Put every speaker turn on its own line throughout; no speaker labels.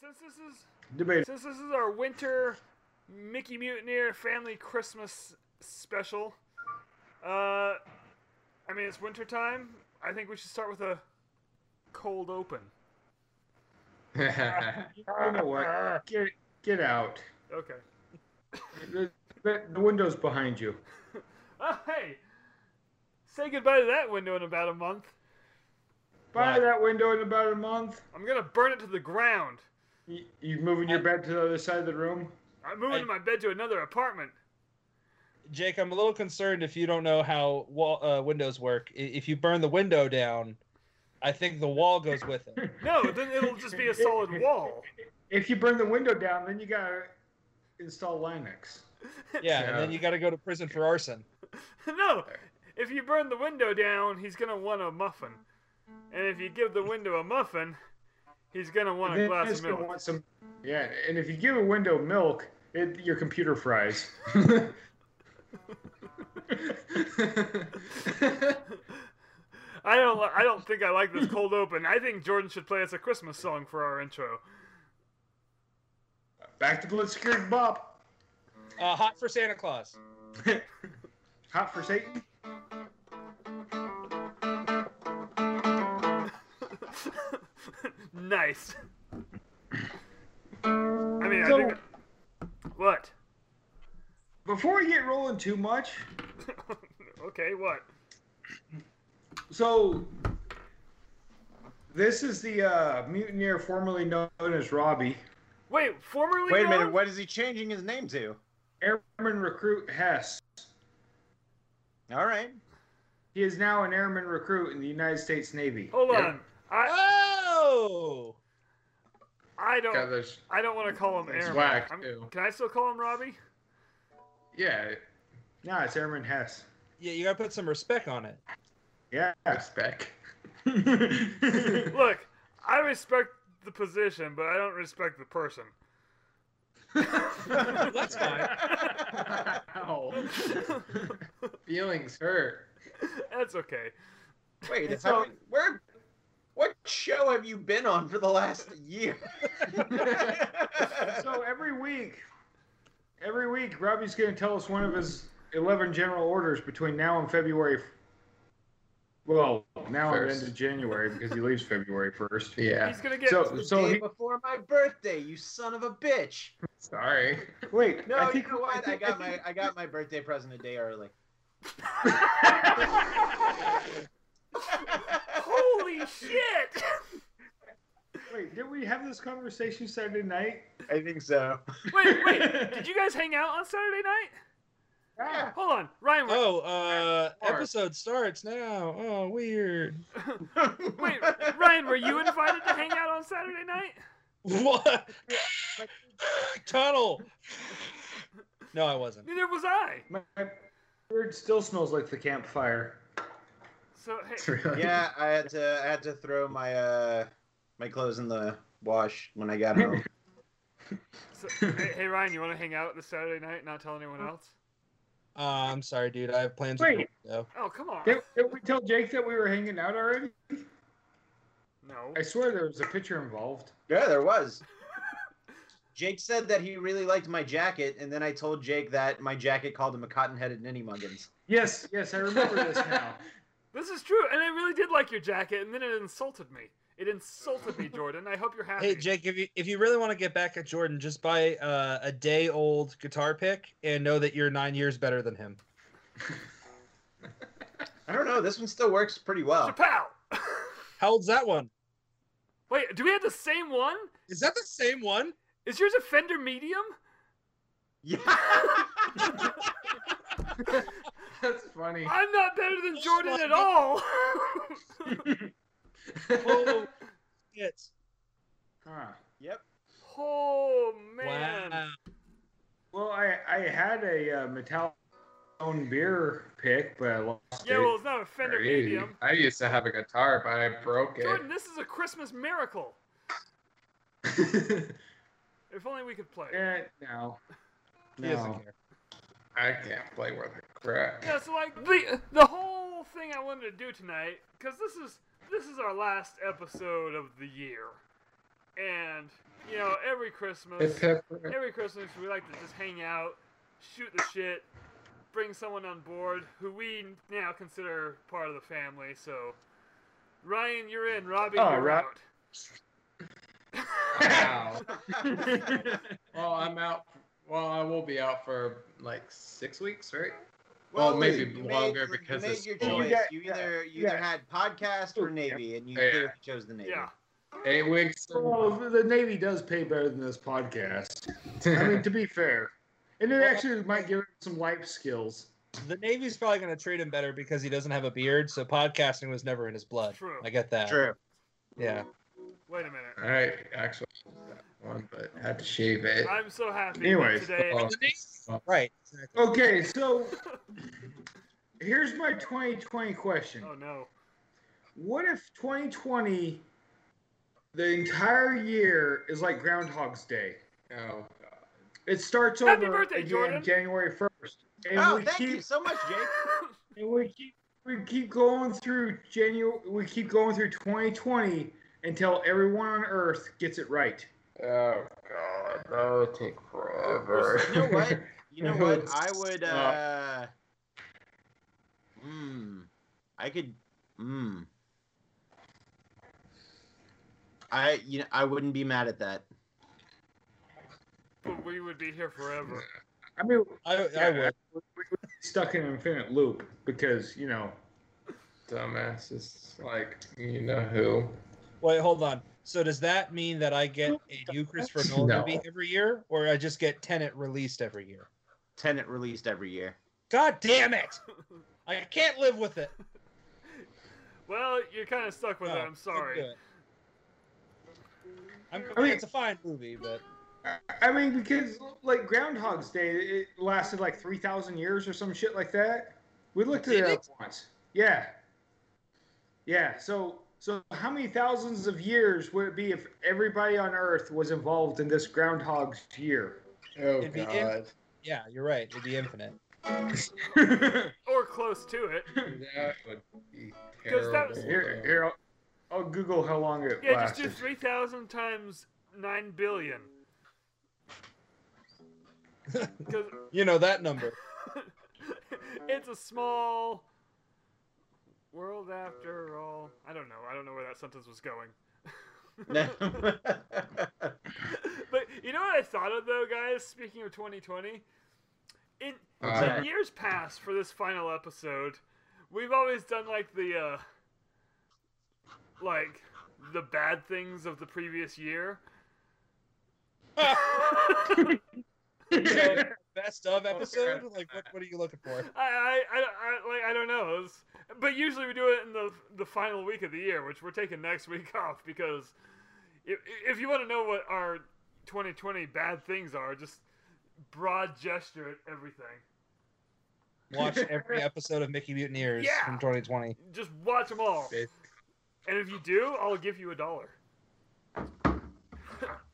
since this is
Debate.
since this is our winter Mickey Mutineer family Christmas special, uh, I mean it's winter time. I think we should start with a cold open.
you know what? Get get out.
Okay.
The, the, the window's behind you.
Oh hey, say goodbye to that window in about a month.
Buy
What?
that window in about a month.
I'm gonna burn it to the ground.
You, you moving your bed to the other side of the room?
I'm moving
I-
my bed to another apartment.
Jake, I'm a little concerned if you don't know how wall, uh, windows work. I- If you burn the window down, I think the wall goes with it.
No, then it'll just be a solid wall.
If you burn the window down, then you gotta install Linux.
Yeah, and then
Yeah.
you got to go to prison for arson.
no, if you burn the window down, he's gonna want a muffin, and if you give the window a muffin, he's gonna want
And
a
then
glass
it's
of
gonna
milk.
want some- yeah, and if you give a window milk, it, your computer fries.
I don't. li- I don't think I like this cold open. I think Jordan should play us a Christmas song for our intro.
Back to Blitzkrieg Bop.
Uh, hot for Santa Claus.
Hot for Satan.
nice. I mean, I
So-
think. What?
Before we get rolling too much,
okay, what?
so this is the uh, mutineer formerly known as Robbie.
Wait, formerly.
Wait a
known?
minute, what is he changing his name to?
Airman recruit Hess.
All right.
He is now an airman recruit in the United States Navy.
Hold on. I
Oh!
I don't.
God, there's-
I don't want to call him
It's
Aaron.
whack,
I'm-
too.
Can I still call him Robbie?
yeah. No, it's Airman Hess.
Yeah, you got to put some respect on it.
Yeah. Spec.
Look, I respect the position, but I don't respect the person.
That's fine.
Feelings hurt.
That's okay.
Wait,
So-
so, where? What show have you been on for the last year?
So every week, every week, Robbie's going to tell us one of his 11 general orders between now and February. Well, now and
First.
end of January because he leaves February 1st.
Yeah.
He's gonna get.
So,
the
so
day
he,
before my birthday, you son of a bitch!
Sorry.
wait.
No,
I think
you know what? I,
think-
got
I
my I got my birthday present a day early.
Holy shit!
think- Wait, did we have this conversation Saturday night?
I think so.
Wait, wait. Did you guys hang out on Saturday night?
Yeah.
Hold on, Ryan. Wait,
Oh, uh, episode starts now. Oh, weird.
wait, Ryan, were you invited to hang out on Saturday night?
What? Tunnel. No, I wasn't.
Neither was I.
My my beard still smells like the campfire.
So hey,
Really?
yeah, I had to I had to throw my uh my clothes in the wash when I got home.
so, hey, hey Ryan, you want to hang out this Saturday night? and Not tell anyone else?
Uh, I'm sorry, dude. I have plans. with
Wait.
the window.
Oh come on.
Did, did we tell Jake that we were hanging out already?
No.
I swear there was a picture involved.
yeah, there was. Jake said that he really liked my jacket, and then I told Jake that my jacket called him a cotton-headed ninny muggins.
Yes, yes, I remember this now.
This is true, and I really did like your jacket, and then it insulted me. It insulted me, Jordan. I hope you're happy.
Hey, Jake, if you if you really want to get back at Jordan, just buy uh, a day old guitar pick and know that you're nine years better than him.
I don't know. This one still works pretty well.
Chappelle.
How old's that one?
Wait, do we have the same one?
Is that the same one?
Is yours a Fender Medium?
Yeah.
That's funny.
I'm not better than
This
Jordan
one.
at all.
Oh, shit.
Huh.
yep.
oh man.
Wow.
Well, I, I had a uh, metallic own beer pick, but I lost
Yeah,
it.
well, it's not a Fender
Hey,
Medium.
I used to have a guitar, but I broke it.
Jordan, this is a Christmas miracle. If only we could play. Yeah,
Eh, no.
He doesn't
No.
care.
I can't play worth a crap.
so like the the whole thing I wanted to do tonight, because this is this is our last episode of the year. And you know, every Christmas,
Hip, hip, hip.
every Christmas we like to just hang out, shoot the shit, bring someone on board who we now consider part of the family. So, Ryan, you're in. Robbie,
Oh,
you're
Rob-
out.
Wow. well, I'm out. Well, I will be out for like six weeks, right? Well, maybe
you
longer
made,
because
you made
it's
your
full.
choice. You
Yeah,
either you
yeah.
either had podcast or Navy, and you
Yeah.
clearly chose the Navy.
Yeah.
Eight weeks.
Well, the Navy does pay better than this podcast. I mean, to be fair, and it actually might give him some life skills.
The Navy's probably going to treat him better because he doesn't have a beard, so podcasting was never in his blood.
True.
I get that.
True.
Yeah.
Wait a minute.
All right, actually, that one, but had to shave it.
I'm so happy that
Anyways, um,
today.
Oh,
The Navy- Right. Exactly.
Okay, so here's my 2020 question.
Oh no.
What if 2020, the entire year is like Groundhog's Day?
no.
It starts
Happy
over
birthday,
again
Jordan.
January 1st. And
oh,
we
thank
keep
you so much, Jake.
and we keep we keep going through January we keep going through 2020 until everyone on earth gets it right.
Oh god, that would take forever.
You know what? You know what? I would.
Uh,
uh Hmm. I could. Hmm. I you know I wouldn't be mad at that.
But we would be here forever.
I mean,
I, I would.
we would be stuck in an infinite loop because, you know,
Dumbass is like, you know who?
Wait, hold on. So does that mean that I get a new Christopher Nolan
No.
movie every year, or I just get Tenet released every year?
Tenant released every year.
God damn it! I can't live with it.
Well, you're kind of stuck with
No,
it. I'm
couldn't
sorry.
do it. Oh, I'm,
I mean-
it's a fine movie, but
I mean because like Groundhog's Day it lasted like 3000 years or some shit like that. We looked at
Did
it up
it?
once. Yeah. Yeah, so so how many thousands of years would it be if everybody on earth was involved in this Groundhog's year?
Oh
It'd be in-
god.
yeah, you're right. It'd be infinite.
Or close to it.
That would be
Because
terrible.
that was-
Here, here I'll, I'll Google how long it
Yeah, just
lasted.
do 3,000 times 9 billion. Because
You know that number.
it's a small world after all. I don't know. I don't know where that sentence was going.
No.
but you know what I thought of, though, guys? Speaking of 2020, in,
Uh,
in years past for this final episode, we've always done like the uh like the bad things of the previous year. I,
So, best of episode? Like, what, what are you looking for?
I, I, I like I don't know. It's- but usually we do it in the the final week of the year, which we're taking next week off because if, if you want to know what our 2020 bad things are, just broad gesture at everything.
Watch every episode of Mickey Mutineers
Yeah.
from 2020.
Just watch them all.
Basi-
And if you do, I'll give you a dollar.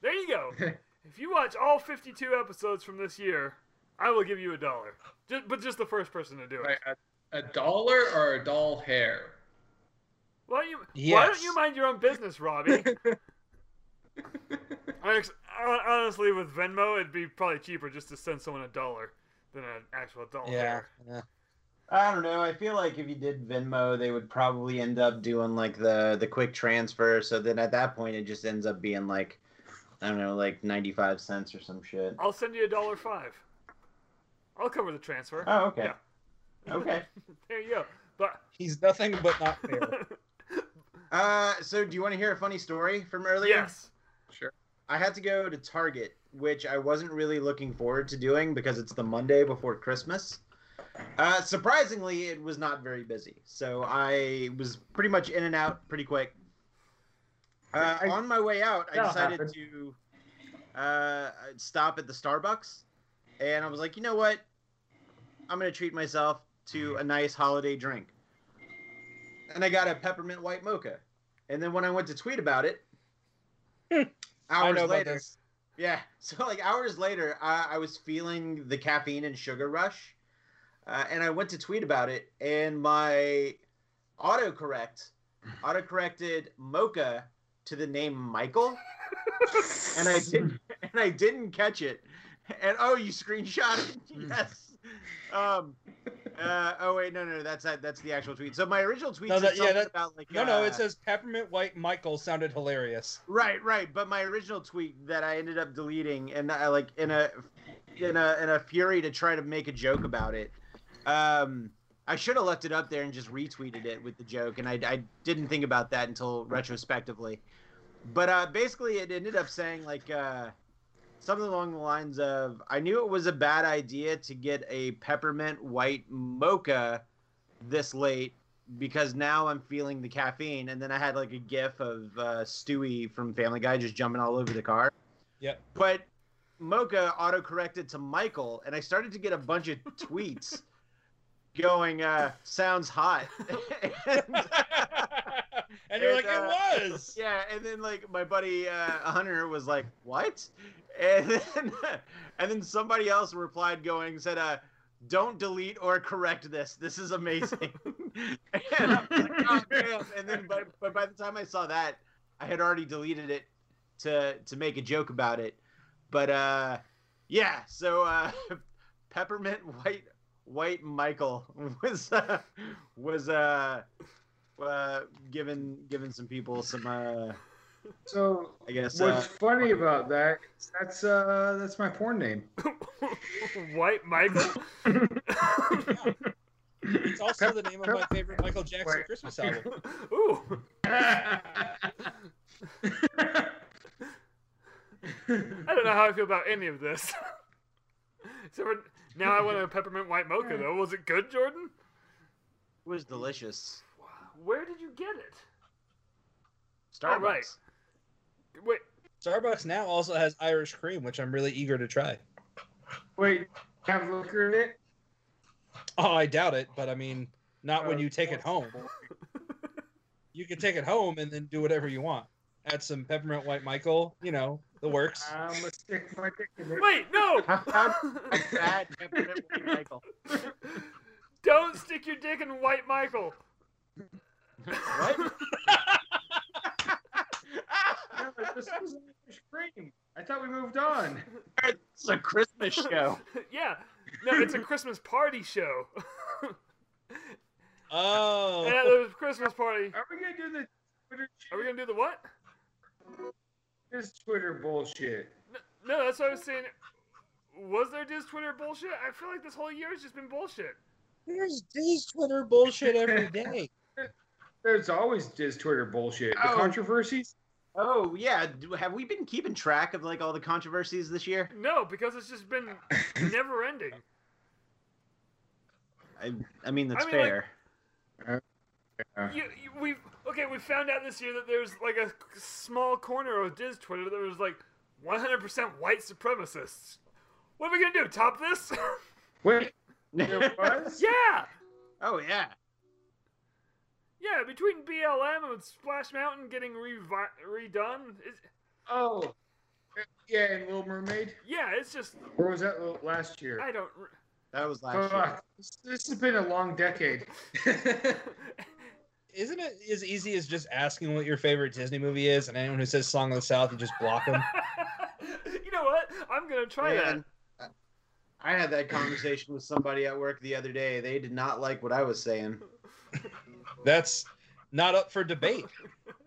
there you go. if you watch all 52 episodes from this year, I will give you a dollar. Just, but just the first person to do it.
Wait, a, a dollar or a doll hair?
Why don't you? Why don't
Yes.
you mind your own business, Robbie? Hon- uh, Honestly, with Venmo, it'd be probably cheaper just to send someone a dollar than an actual dollar.
Yeah. yeah.
I don't know. I feel like if you did Venmo, they would probably end up doing like the the quick transfer. So then at that point, it just ends up being like I don't know, like ninety five cents or some shit.
I'll send you a dollar five. I'll cover the transfer.
Oh, okay. Okay.
there you go. But
He's nothing but not fair.
Uh, so do you want to hear a funny story from earlier?
yes.
Sure.
I had to go to Target, which I wasn't really looking forward to doing because it's the Monday before Christmas. Uh, surprisingly, it was not very busy, so I was pretty much in and out pretty quick. Uh,
I-
on my way out, I
That'll
decided
happen.
to uh, stop at the Starbucks, and I was like, you know what? I'm gonna treat myself to
Mm-hmm.
a nice holiday drink, and I got a peppermint white mocha. And then when I went to tweet about it,
I know
hours
about
later,
this.
yeah. So like hours later, I, I was feeling the caffeine and sugar rush, uh, and I went to tweet about it, and my autocorrect autocorrected mocha to the name Michael, and I didn't and I didn't catch it. And oh, you screenshot it. Yes. Um. Uh. Oh wait, no, no, that's that. That's the actual tweet. So my original tweet
No,
said
that- yeah,
something
that-
about like
No, no,
uh,
it says Peppermint White Michael sounded hilarious.
Right, right. But my original tweet that I ended up deleting, and I like in a in a in a fury to try to make a joke about it. Um, I should have left it up there and just retweeted it with the joke, and I, I didn't think about that until retrospectively. But uh, basically, it ended up saying like uh, something along the lines of, "I knew it was a bad idea to get a peppermint white mocha this late." because now I'm feeling the caffeine. And then I had like a gif of uh, Stewie from Family Guy just jumping all over the car.
Yep.
But Mocha auto corrected to Michael, and I started to get a bunch of tweets going, uh, sounds hot. and,
and you're like,
And,
it was.
yeah, and then like my buddy uh, Hunter was like, "What?" And then, and then somebody else replied, going said, uh, "Don't delete or correct this. This is amazing." and, I was like, "Oh, damn." and then, but but by the time I saw that, I had already deleted it to to make a joke about it. But uh, yeah, so uh, peppermint white white Michael was uh, was uh, uh, giving giving some people some uh,
So
I guess uh,
what's funny about that? is That's uh, that's my porn name.
White Michael.
It's also the name of my favorite Michael Jackson
Wait.
Christmas album.
Ooh. I don't know how I feel about any of this. Except for now I want a peppermint white mocha though. Was it good, Jordan?
It was delicious.
Wow. Where did you get it?
Starbucks.
right. Wait,
Starbucks now also has Irish cream, which I'm really eager to try.
Wait, have liquor in it?
Oh, I doubt it, but I mean, not when you take it home. You can take it home and then do whatever you want. Add some peppermint white Michael, you know, the works.
I'm gonna stick my dick in it.
wait, no.
How, how bad peppermint white Michael?
Don't stick your dick in white Michael.
What?
No, this was Irish cream. I thought we moved on.
it's a Christmas show.
yeah. No, it's a Christmas party show.
Oh,
and at the Christmas party,
Are we gonna do the Twitter?
are we
shit?
gonna do the what?
this Twitter bullshit?
No, that's what I was saying. Was there Diz Twitter bullshit? I feel like this whole year has just been bullshit.
there's this Twitter bullshit every day.
There's always this Twitter bullshit. The
Oh.
controversies.
Oh yeah, Do- have we been keeping track of like all the controversies this year?
No, because it's just been never ending.
I, I mean that's
I mean, like-
fair.
You, you, we've okay. We found out this year that there's like a small corner of Diz Twitter that was like 100% white supremacists. What are we gonna do? Top this?
Wait, there was.
yeah,
oh yeah.
yeah. Between BLM and Splash Mountain getting revi- redone, it's,
Oh, yeah, and Little Mermaid.
yeah, it's just
Or was that l- last year?
I don't.
That was last year.
Fuck. This, this has been a long decade.
Isn't it as easy as just asking what your favorite Disney movie is, and anyone who says Song of the South, you just block them?
you know what? I'm gonna try that.
Man, I had that conversation with somebody at work the other day. They did not like what I was saying.
That's not up for debate.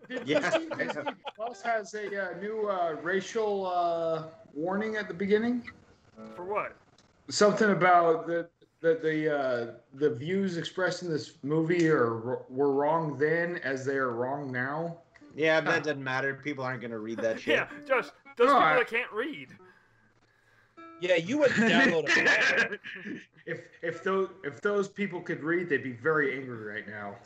Did
Yeah.
you see Disney Plus has a uh, new uh, racial uh, warning at the beginning?
For what?
Something about the that the uh, the views expressed in this movie are were wrong then as they are wrong now.
Yeah, but that doesn't matter. People aren't gonna read that shit.
Yeah, Josh. Those
No,
people
I-
that can't read.
Yeah, you wouldn't download it.
if if those if those people could read, they'd be very angry right now.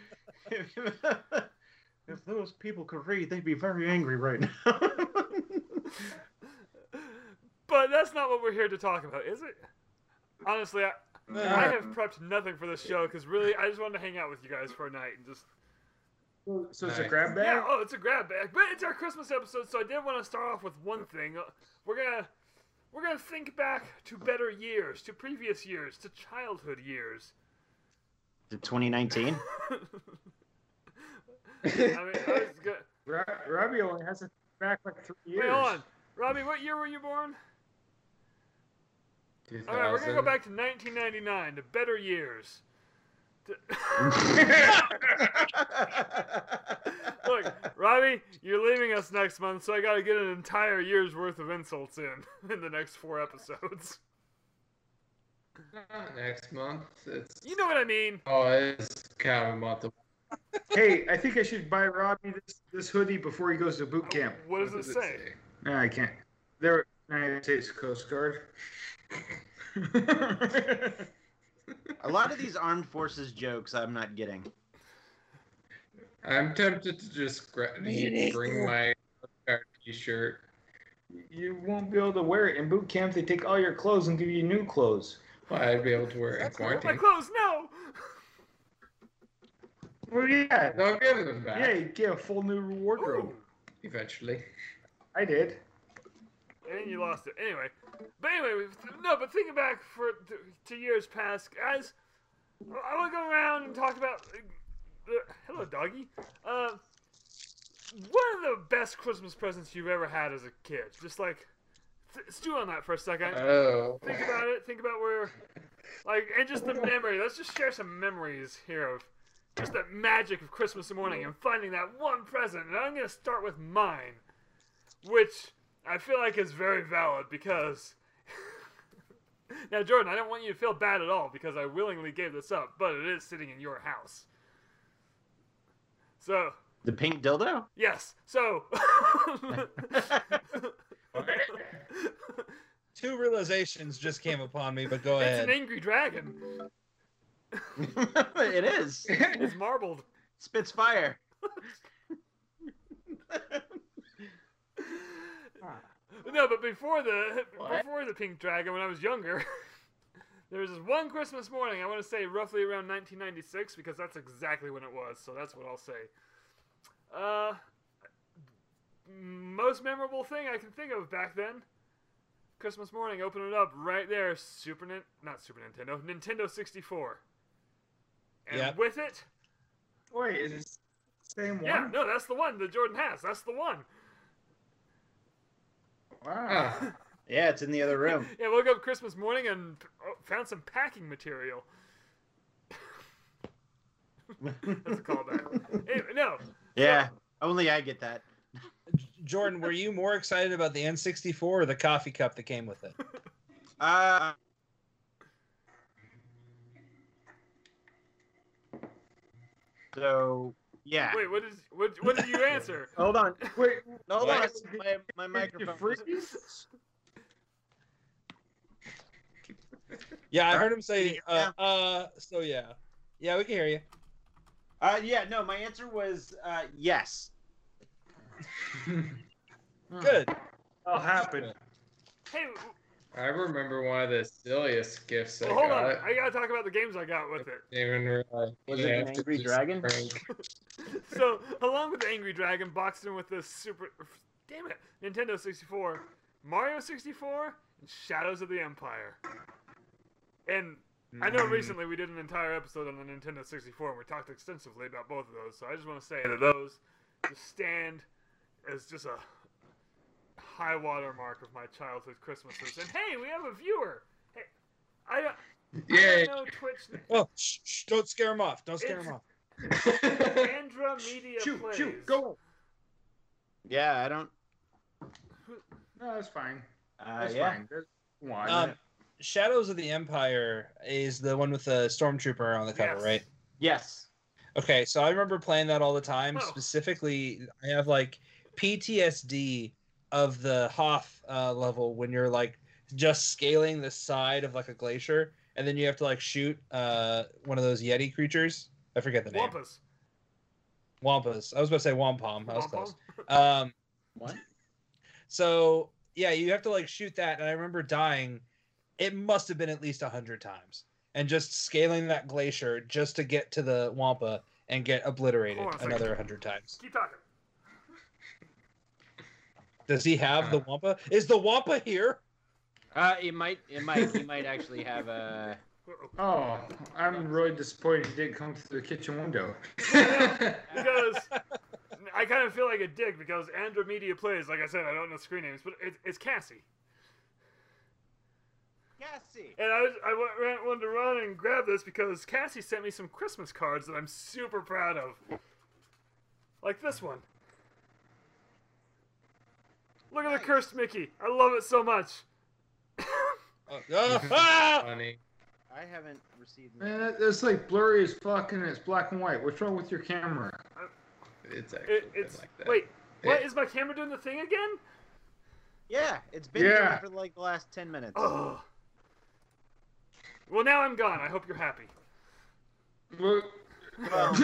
if those people could read, they'd be very angry right now.
But that's not what we're here to talk about, is it? Honestly, I, I
Uh,
have prepped nothing for this show because really, I just wanted to hang out with you guys for a night and just.
So it's a
Nice.
grab bag.
Yeah, oh, it's a grab bag, but it's our Christmas episode, so I did want to start off with one thing. Uh, We're gonna we're gonna think back to better years, to previous years, to childhood years.
2019.
I mean, I was gonna,
Ro- Robbie only has it back like three years.
Wait, hold on. Robbie, what year were you born? All right, we're gonna go back to 1999, to better years. To- Look, Robbie, you're leaving us next month, so I gotta get an entire year's worth of insults in in the next four episodes.
Not next month. It's
You know what I mean?
oh, it's kind of a month. away.
Hey, I think I should buy Robbie this, this hoodie before he goes to boot camp.
What does it say?
No, I can't. There, United States Coast Guard.
A lot of these armed forces jokes I'm not getting.
I'm tempted to just gra- bring my T-shirt.
you won't be able to wear it in boot camp. They take all your clothes and give you new clothes.
Well, I'd be able to wear it in
That's not
My
quarantine.
clothes, no!
Well, yeah,
They'll give them back
yeah, you get a full new wardrobe.
Ooh.
eventually.
I did.
and you lost it anyway. But anyway, we've- no. But thinking back for to, to years past, guys, I want to go around and talk about. Uh, hello, doggy. Uh, one of the best Christmas presents you've ever had as a kid. Just like th- stew on that for a second.
Oh.
Think about it. Think about where, like, and just the memory. Let's just share some memories here of just the magic of Christmas morning and finding that one present. And I'm gonna start with mine, which I feel like is very valid because. now, Jordan, I don't want you to feel bad at all because I willingly gave this up, but it is sitting in your house. So,
The pink dildo?
yes. So.
Two realizations just came upon me, but go
it's
ahead.
an angry dragon.
it is.
It's marbled.
Spits fire.
No, but before the
What?
before the pink dragon, when I was younger, there was this one Christmas morning. I want to say roughly around 1996 because that's exactly when it was. So that's what I'll say. Uh, most memorable thing I can think of back then. Christmas morning, open it up right there. Super Nin- not Super Nintendo, Nintendo 64. And
Yep.
with it,
Wait, is it the same
yeah,
one?
no, that's the one that Jordan has. That's the one.
Wow.
Ah,
Yeah, it's in the other room.
Yeah, woke up Christmas morning and oh, found some packing material. That's a callback. Anyway, no,
Yeah, only I get that.
Jordan, were you more excited about the N64 or the coffee cup that came with it?
Uh, so, yeah.
wait, what is what? What did you answer?
Hold on.
Wait,
Hold
What?
on. My, my
did you
microphone.
freeze?
Yeah, I heard him say,
Yeah.
uh, uh, so yeah. Yeah, we can hear you.
Uh, yeah, no, my answer was uh, yes.
Hmm.
Good.
That'll happen.
Hey,
I remember one of the silliest gifts
well,
I
hold on.
got.
I gotta talk about the games I got with it.
Didn't even realize.
Was
you
it an
have to
angry
just
dragon?
drink.
So, along with the Angry Dragon, boxed in with the Super, damn it, Nintendo 64, Mario 64, and Shadows of the Empire. And I
Mm.
know recently we did an entire episode on the Nintendo 64 and we talked extensively about both of those, so I just want to say that those just stand as just a high watermark of my childhood Christmases. And hey, we have a viewer! Hey, I don't, I
Yay.
don't know Twitch
Oh, shh, shh, don't scare him off. Don't scare him off.
Andra Media
Shoot,
Plays.
shoot, go.
Yeah, I don't.
No, that's fine.
Uh,
That's
yeah.
fine. That's one.
Um, Shadows of the Empire is the one with the stormtrooper on the cover,
Yes.
right?
Yes.
Okay, so I remember playing that all the time.
Oh.
Specifically, I have like PTSD of the Hoth uh, level when you're like just scaling the side of like a glacier, and then you have to like shoot uh, one of those Yeti creatures. I forget the name.
Wampus.
Wampus. I was about to say Wampum. That was
Wampum.
close. Um,
What?
so yeah, you have to like shoot that, and I remember dying. It must have been at least a hundred times, and just scaling that glacier just to get to the Wampa and get obliterated
Hold on a second.
another hundred times.
Keep talking.
Does he have the Wampa? Is the Wampa here?
Uh, it might. It might. He might actually have a.
Uh-oh.
oh, I'm really disappointed it didn't come through the kitchen window.
Because I kind of feel like a dick because Andromedia Plays, like I said, I don't know screen names, but it, it's Cassie.
Cassie.
And I, was, I went, ran, wanted to run and grab this because Cassie sent me some Christmas cards that I'm super proud of. Like this one. Look at the
Nice.
cursed Mickey. I love it so much.
Oh, oh, ah!
Funny.
I haven't received.
Man, that, that's like blurry as fuck and it's black and white. What's wrong with your camera?
It's actually
It,
been
it's
like that.
wait. What
It-
is my camera doing the thing again?
Yeah, it's been
Yeah.
yeah. for like the last ten minutes.
Ugh. Well, now I'm gone. I hope you're happy.
Well,
Well,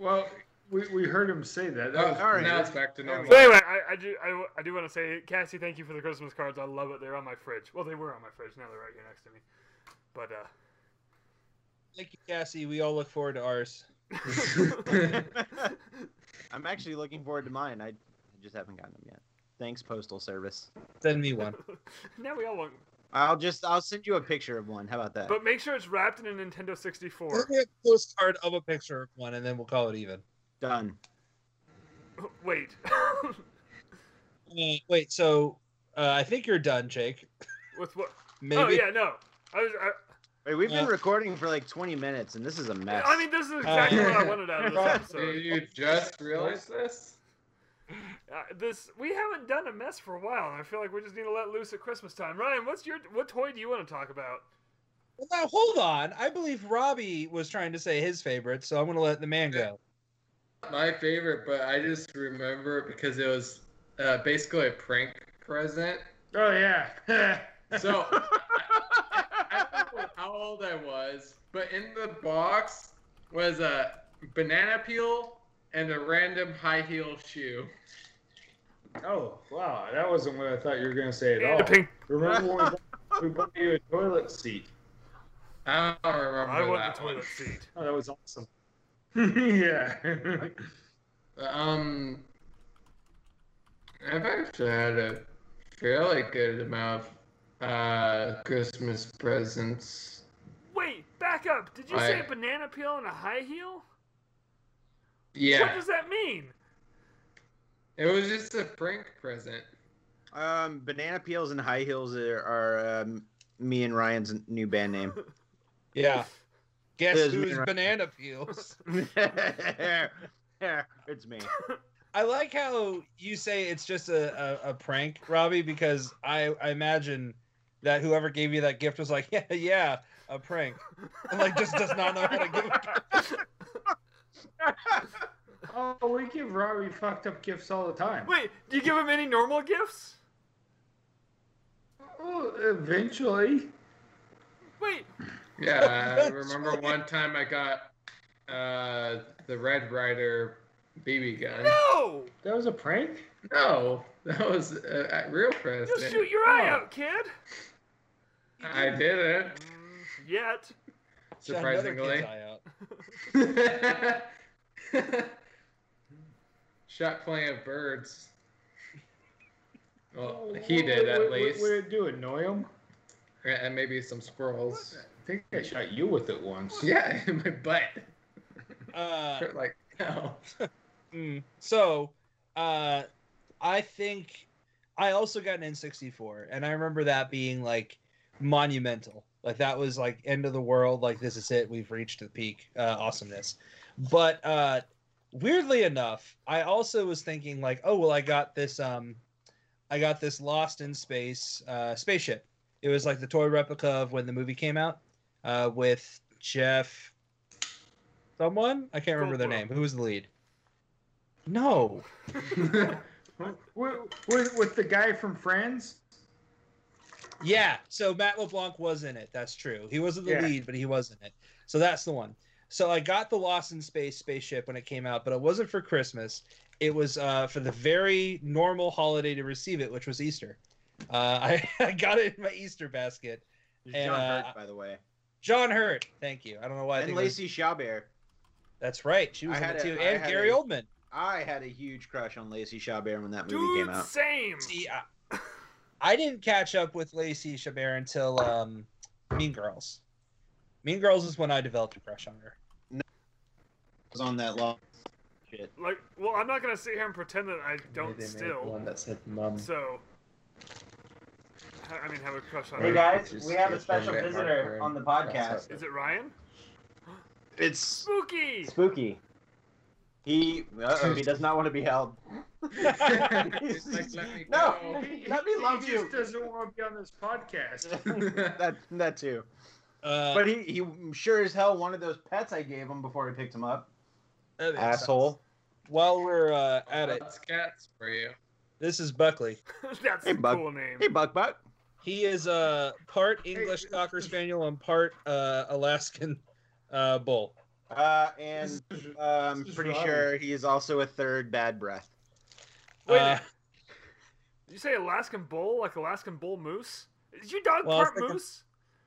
well we, we heard him say that.
Oh,
that was,
all right.
Now it's back to
There we
normal.
So anyway, I, I do I, I do want to say, Cassie, thank you for the Christmas cards. I love it. They're on my fridge. Well, they were on my fridge. Now they're right here next to me. But uh,
Thank you, Cassie. We all look forward to ours.
uh,
I'm actually looking forward to mine. I I just haven't gotten them yet. Thanks, postal service.
Send me one.
now we all want.
I'll just I'll send you a picture of one. How about that?
But make sure it's wrapped in a Nintendo 64.
Send me a postcard of a picture of one, and then we'll call it even.
Done.
Wait.
Uh, wait, so uh, I think you're done, Jake.
With what?
Maybe.
Oh yeah, no. I was. I,
Wait, we've been
Yeah.
recording for like 20 minutes, and this is a mess.
I mean, this is exactly what I wanted out of this
Did
episode.
you just realize this?
Uh, this we haven't done a mess for a while, and I feel like we just need to let loose at Christmas time. Ryan, what's your what toy do you want to talk about?
Well, now hold on. I believe Robbie was trying to say his favorite, so I'm gonna let the man go.
My favorite, but I just remember it because it was uh, basically a prank present.
oh, yeah.
So I don't know how old I was, but in the box was a banana peel and a random high heel shoe.
oh, wow. That wasn't what I thought you were going to say at
And a
all.
pink.
Remember when we bought- we bought you a toilet seat?
I don't remember
I want
that
the
one.
toilet seat.
Oh, that was awesome. yeah.
Um, I've actually had a fairly good amount of uh, Christmas presents.
Wait, back up. Did you
I-
say a banana peel and a high heel? What
Yeah,
does that mean?
it was just a prank present.
um, banana peels and high heels are, are um, me and Ryan's new band name.
Yeah. Guess
Yes,
who's
man.
banana peels?
it's me.
I like how you say it's just a, a, a prank, Robbie, because I, I imagine that whoever gave you that gift was like, yeah, yeah, a prank. And, like just does not know how to give.
oh, we give Robbie fucked up gifts all the time.
Wait, do you give him any normal gifts?
Oh, eventually.
Wait,
Yeah, I
That's
remember
right.
one time I got uh, the Red Rider BB gun.
no!
That was a prank?
No, that was a, a real
You'll
present.
shoot your eye
Oh.
out, kid!
I didn't,
Mm, Yet.
Shut another kid's
surprisingly.
eye out.
Shot plenty of birds. Well,
Oh,
he did
what-
at
what-
least,
What did it do? Annoy him?
and maybe some squirrels.
I think I shot you with it once.
Yeah, in my butt.
Uh,
Like, no.
Mm. So, uh, I think I also got an N64, and I remember that being like monumental. Like that was like end of the world. Like this is it. We've reached the peak uh, awesomeness. But uh, weirdly enough, I also was thinking like, oh well, I got this. Um, I got this Lost in Space uh, spaceship. It was like the toy replica of when the movie came out uh, with Jeff. Someone I can't remember their
Goldblum.
name. Who was the lead? No.
with, with, with the guy from Friends?
Yeah. So Matt LeBlanc was in it. That's true. He wasn't the
Yeah.
lead, but he was in it. So that's the one. So I got the Lost in Space spaceship when it came out, but it wasn't for Christmas. It was uh, for the very normal holiday to receive it, which was Easter. Uh, I, I got it in my Easter basket.
There's
And,
John
uh,
Hurt, by the way.
John Hurt. Thank you. I don't know why. I
and
think it was-
Lacey Chabert.
that's right. She was
I
in
had
it
a-
too.
I
And
had
Gary
a-
Oldman.
I had a huge crush on Lacey Chabert when that movie
Dude,
came out.
same!
See, I, I didn't catch up with Lacey Chabert until um, Mean Girls. Mean Girls is when I developed a crush on her.
It was on that long. shit.
Like, well, I'm not gonna sit here and pretend that I
Maybe
don't
they made
still.
One that said mum.
So, I- I mean, have a crush on
Hey,
her.
Right.
Hey guys,
Just
we have
get
a
them
special
back
visitor
here.
on the podcast.
Is it Ryan?
It's
Spooky.
spooky. He uh, he does not want to be held.
It's like, let me
No.
go.
Let me love
he
you.
just doesn't want to be on this podcast.
that that too.
Uh,
But he he sure as hell wanted those pets I gave him before I picked him up.
that makes sense.
Asshole.
While we're uh, at it,
That's cats for you.
this is Buckley.
That's
Hey,
a
bub.
cool name.
Hey Buck Buck.
He is uh, part English Cocker Spaniel and part uh, Alaskan uh, Bull.
Uh, and
This is-
uh, I'm
this is
pretty
Robert.
sure he is also a third bad breath.
Wait,
Uh,
did you say Alaskan bull, like Alaskan bull moose? Is your dog
Well, I was
part
thinking-
moose?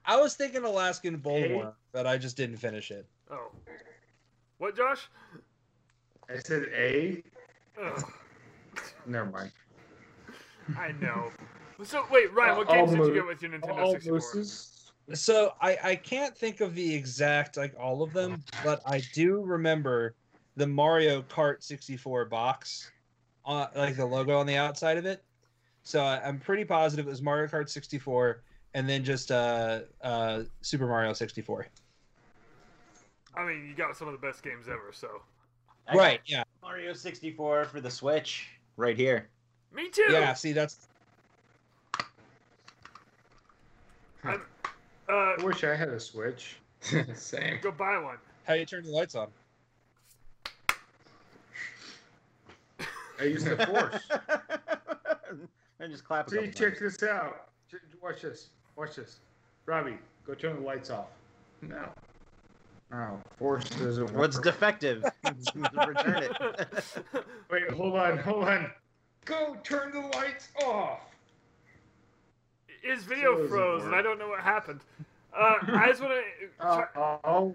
I was thinking Alaskan Bull
Hey.
worm, but I just didn't finish it.
Oh, what, Josh?
I said A.
Ugh,
Never mind.
Oh, I know. So wait, Ryan, what
Uh, All
games did you
moose-
get with your Nintendo
All
64?
mooses.
So I, I can't think of the exact like all of them, but I do remember the Mario Kart 64 box, on, like the logo on the outside of it. So I, I'm pretty positive it was Mario Kart 64 and then just uh, uh, Super Mario 64.
I mean, you got some of the best games ever. So
I got
right? Yeah.
Mario 64 for the Switch right here.
me too.
Yeah. See, that's
Uh,
I wish I had a Switch.
Same.
go buy one.
how you turn the lights on.
I use the Force.
and just clap. a
See,
couple
check
times.
this out. Ch- Watch this. Watch this. Robbie, go turn the lights off.
No.
Oh, Force doesn't work.
What's defective? Return it.
Wait, hold on, hold on. Go turn the lights off.
His video
doesn't
froze, and
work.
I don't know what happened. Uh, I just want to,
oh.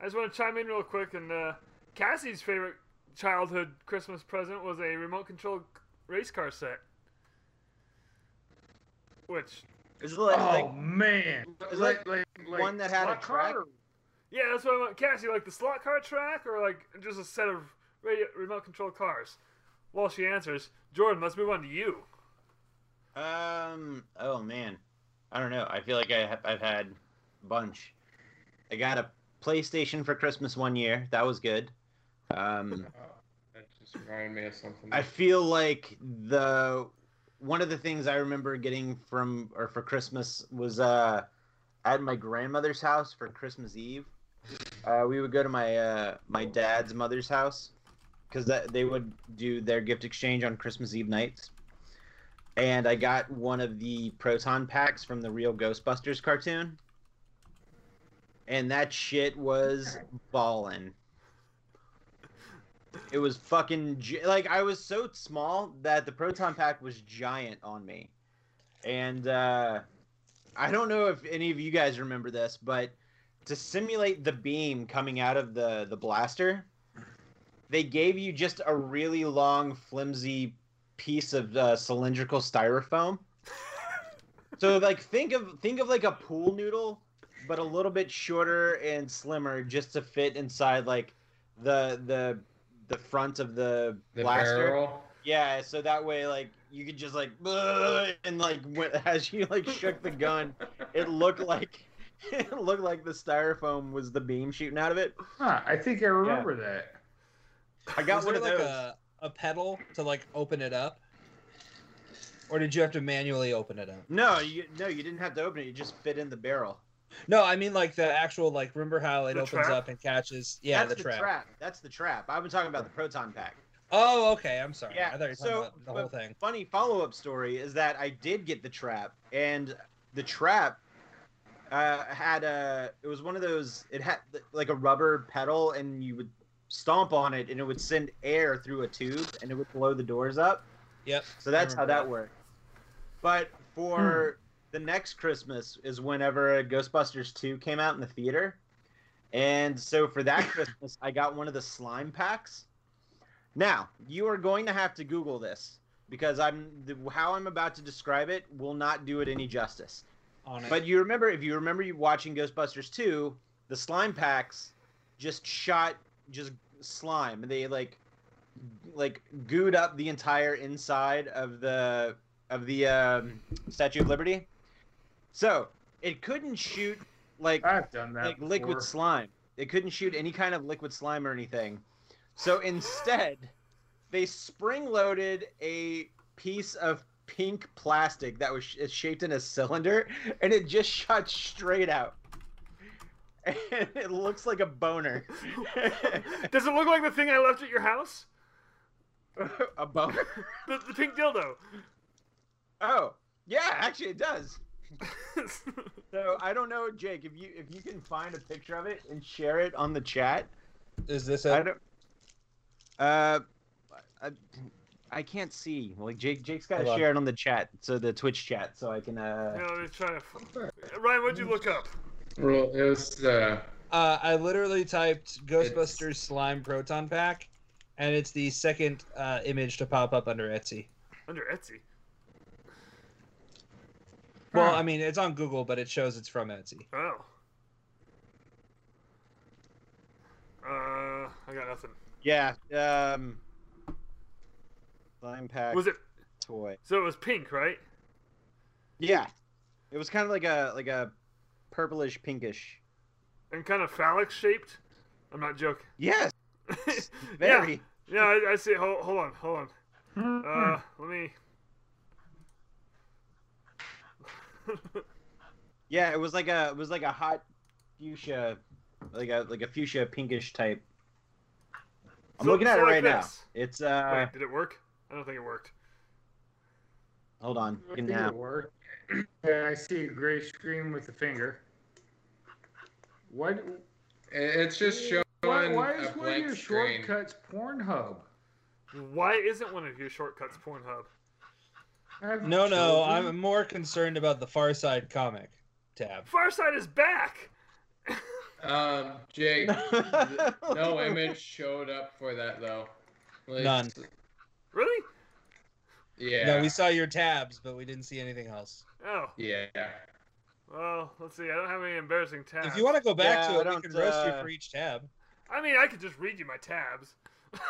I just want to chime in real quick. And uh, Cassie's favorite childhood Christmas present was a remote control race car set, which
Is it like,
oh
like-
man!
Is like one that had a
slot car
track?
or-
Yeah, that's what I want. Cassie, like the slot car track or like just a set of radio, remote control cars? While she answers, Jordan, let's move on to you.
um? Oh man, I don't know. I feel like I have, I've had a bunch. I got a PlayStation for Christmas one year. That was good. Um.
That just reminded me of something.
I feel like the one of the things I remember getting from or for Christmas was uh at my grandmother's house for Christmas Eve. Uh, we would go to my uh, my dad's mother's house because that they would do their gift exchange on Christmas Eve nights. And I got one of the proton packs from the Real Ghostbusters cartoon, and that shit was ballin'. It was fucking gi- like I was so small that the proton pack was giant on me, and uh, I don't know if any of you guys remember this, but to simulate the beam coming out of the the blaster, they gave you just a really long, flimsy piece of uh, cylindrical styrofoam. so like think of think of like a pool noodle, but a little bit shorter and slimmer, just to fit inside like the the the front of the,
the
blaster.
barrel.
Yeah, so that way, like, you could just like, "Bleh," and like, when, as you like shook the gun, it looked like it looked like the styrofoam was the beam shooting out of it.
Huh, I think I remember that.
I got
Was
one
there
of
like
those.
a, a pedal to like open it up, or did you have to manually open it up?
No, you no, you didn't have to open it. You just fit in the barrel.
No, I mean like the actual like. Remember how it
The
opens
trap?
up and catches? Yeah,
That's
the, trap.
That's the trap. I've been talking about the proton pack.
Oh, okay. I'm sorry.
Yeah,
I thought you were talking
so-
about the whole
but-
thing.
funny follow up story is that I did get the trap, and the trap uh, had a. It was one of those. It had like a rubber pedal, and you would stomp on it, and it would send air through a tube, and it would blow the doors up.
Yep.
So that's
I
how
remember Hmm.
that worked. But for the next Christmas is whenever Ghostbusters 2 came out in the theater. And so for that Christmas, I got one of the slime packs. Now, you are going to have to Google this because I'm the, how I'm about to describe it will not do it any justice.
On it.
But you remember, if you remember you watching Ghostbusters 2, the slime packs just shot just slime. They like like gooed up the entire inside of the of the um, Statue of Liberty. So it couldn't shoot like
I've done that.
like
before.
liquid slime. It couldn't shoot any kind of liquid slime or anything. So instead, they spring loaded a piece of pink plastic that was sh- it's shaped in a cylinder and it just shot straight out. And it looks like a boner.
Does it look like the thing I left at your house?
a boner?
The, the pink dildo.
Oh, yeah, actually it does. So I don't know, Jake, if you if you can find a picture of it and share it on the chat.
Is this
I
a
don't. Uh, I, I can't see. Like Jake, Jake's got to
Hold on.
share it on the chat, so the Twitch chat, so I can.
you
Uh,
know, they're trying to. Ryan, what'd you look up?
Well, it was uh,
Uh, I literally typed Ghostbusters slime proton pack, and it's the second uh, image to pop up under Etsy.
Under Etsy.
Well,
Huh.
I mean, it's on Google, but it shows it's from Etsy.
Oh. Uh, I got nothing.
yeah. Um. Slime pack
Was it?
toy.
So it was pink, right?
Yeah. It was kind of like a like a purplish pinkish.
And kind of phallic shaped. I'm not joking.
Yes.
yeah.
Very.
Yeah, I, I see. Hold, hold on, hold on.
Hmm.
Uh, let me.
Yeah. It was like a it was like a hot fuchsia, like a like a fuchsia pinkish type. I'm
So-
looking at
so
it
like
right now.
this.
It's uh.
Wait, did it work? I don't think it worked.
Hold on.
I
Can
think
now.
it'll work. And I see a gray screen with the finger. What?
it- it's just showing
Why, why
a
is one of
blank
your
screen.
shortcuts Pornhub?
Why isn't one of your shortcuts Pornhub?
I have
No, no,
children.
I'm more concerned about the Far Side comic tab.
Farside is back.
Um, Jake, th- no image showed up for that though. Like,
None.
Really?
Yeah.
No, we saw your tabs, but we didn't see anything else.
Oh,
Yeah.
well, let's see. I don't have any embarrassing tabs.
If you want to go back
Yeah, I
to it, we
don't,
can roast you
uh,
for each tab.
I mean, I could just read you my tabs.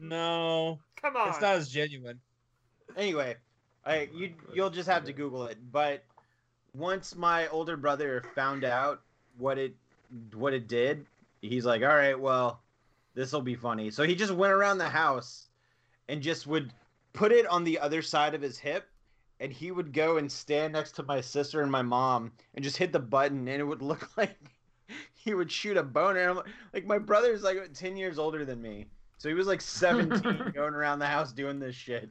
No,
Come on.
it's not as genuine.
anyway, I you you'll just have to Google it. But once my older brother found out what it what it did, he's like, "All right, well, this will be funny." So he just went around the house and just would put it on the other side of his hip. And he would go and stand next to my sister and my mom and just hit the button, and it would look like he would shoot a boner. And I'm like, like, my brother's like 10 years older than me. So he was like 17 going around the house doing this shit.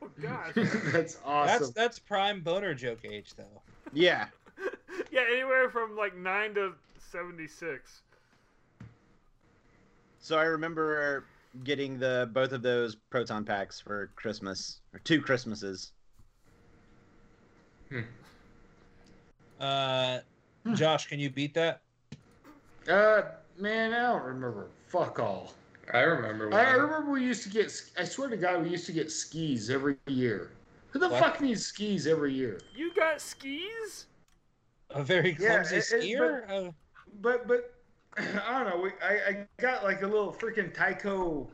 Oh, gosh.
That's
That's
awesome.
that's prime boner joke age, though.
Yeah.
yeah, anywhere from like 9 to 76.
So I remember getting the both of those proton packs for Christmas or two Christmases.
Uh, Josh, can you beat that?
Uh, man, I don't remember. Fuck all.
I remember. One.
I I remember we used to get. sk- I swear to God, we used to get skis every year. Who the
What?
fuck needs skis every year?
You got skis?
A very
Yeah,
clumsy
it- it-
skier. Uh,
But but I don't know. We, I I got like a little freaking Tyco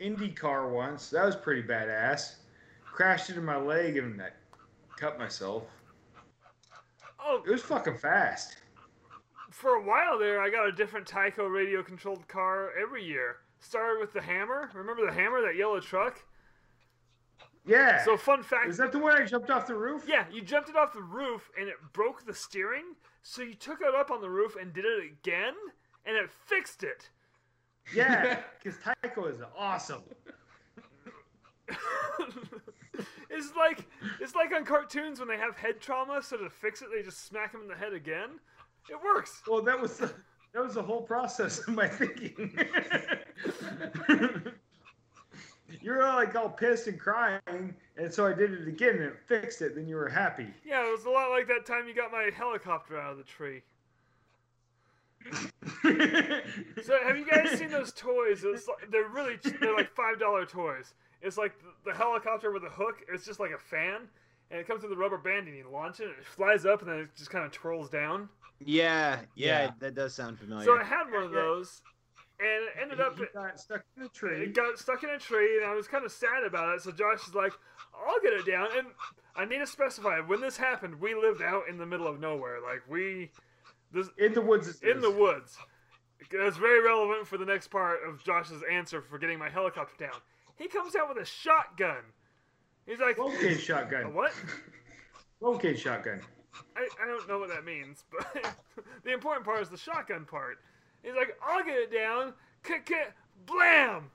IndyCar once. That was pretty badass. Crashed into my leg and I cut myself.
Oh,
It was fucking fast.
for a while there, I got a different Tyco radio controlled car every year. Started with the Hammer. Remember the Hammer, that yellow truck?
Yeah.
So, fun fact
is that the one I jumped off the roof?
Yeah, you jumped it off the roof and it broke the steering, so you took it up on the roof and did it again, and it fixed it.
Yeah. Because Tyco is awesome.
it's like it's like on cartoons when they have head trauma, so to fix it they just smack him in the head again. It works.
Well, that was the, that was the whole process of my thinking. you were like all pissed and crying, and so I did it again and it fixed it. Then you were happy.
Yeah, it was a lot like that time you got my helicopter out of the tree. So have you guys seen those toys? It's like, they're really ch- they're like five dollar toys. It's like the, the helicopter with a hook. It's just like a fan, and it comes with a rubber band, and you launch it, and it flies up, and then it just kind of twirls down.
Yeah, yeah,
Yeah.
Oh, that does sound familiar.
So I had one of those, and it ended up
He got stuck in the tree.
it got stuck in a tree, and I was kind of sad about it. So Josh is like, "I'll get it down." And I need to specify when this happened. We lived out in the middle of nowhere, like we this
in the woods. it
in the
is.
woods. It's very relevant for the next part of Josh's answer for getting my helicopter down. He comes out with a shotgun. He's like,
Low
"A
kid shotgun.
"What?"
Low kid shotgun.
I, I don't know what that means, but the important part is the shotgun part. He's like, I'll get it down. Kick, kick, blam!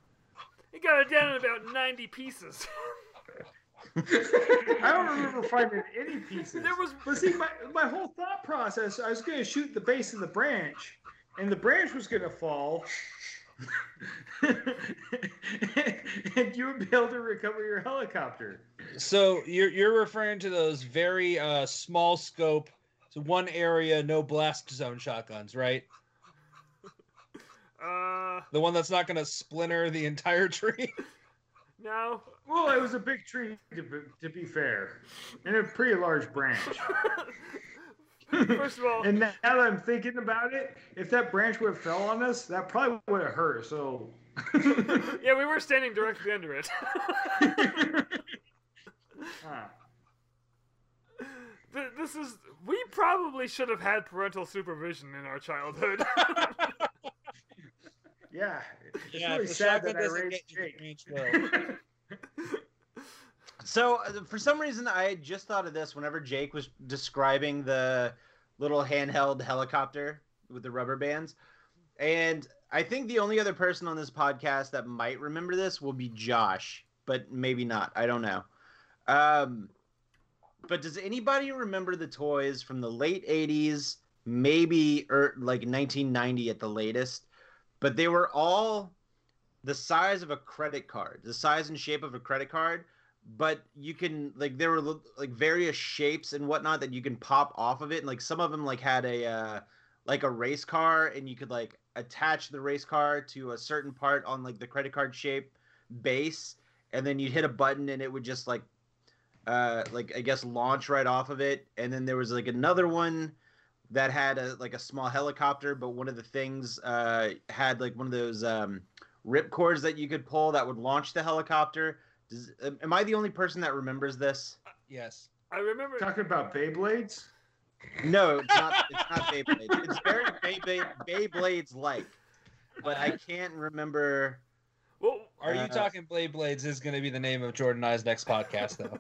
He got it down in about 90 pieces.
I don't remember finding any pieces.
There was-
but see, my, my whole thought process, I was going to shoot the base of the branch, and the branch was going to fall. and you would be able to recover your helicopter.
So you're you're referring to those very uh, small scope, so one area, no blast zone shotguns, right?
uh,
The one that's not going to splinter the entire tree.
no.
Well, it was a big tree, to be, to be fair, and a pretty large branch.
First of all,
And now that I'm thinking about it, if that branch would have fell on us, that probably would have hurt. So,
yeah, we were standing directly under it.
Huh.
Th- this is. We probably should have had parental supervision in our childhood.
yeah, it's really sad that I raised Jake.
So uh, for some reason, I just thought of this whenever Jake was describing the little handheld helicopter with the rubber bands, and I think the only other person on this podcast that might remember this will be Josh, but maybe not. I don't know. Um, but does anybody remember the toys from the late '80s, maybe or like 1990 at the latest? But they were all the size of a credit card, the size and shape of a credit card but you can like there were li- like various shapes and whatnot that you can pop off of it and like some of them like had a uh like a race car and you could like attach the race car to a certain part on like the credit card shape base and then you'd hit a button and it would just like uh like i guess launch right off of it and then there was like another one that had a like a small helicopter but one of the things uh had like one of those um rip cords that you could pull that would launch the helicopter does, am- am I the only person that remembers this?
Yes.
I remember.
Talking about Beyblades?
No, it's not. It's not Beyblade. It's very Beyblade, Beyblade's like, but I can't remember.
Well,
Are you
Uh,
talking Blade Blades is going to be the name of Jordan I's next podcast though.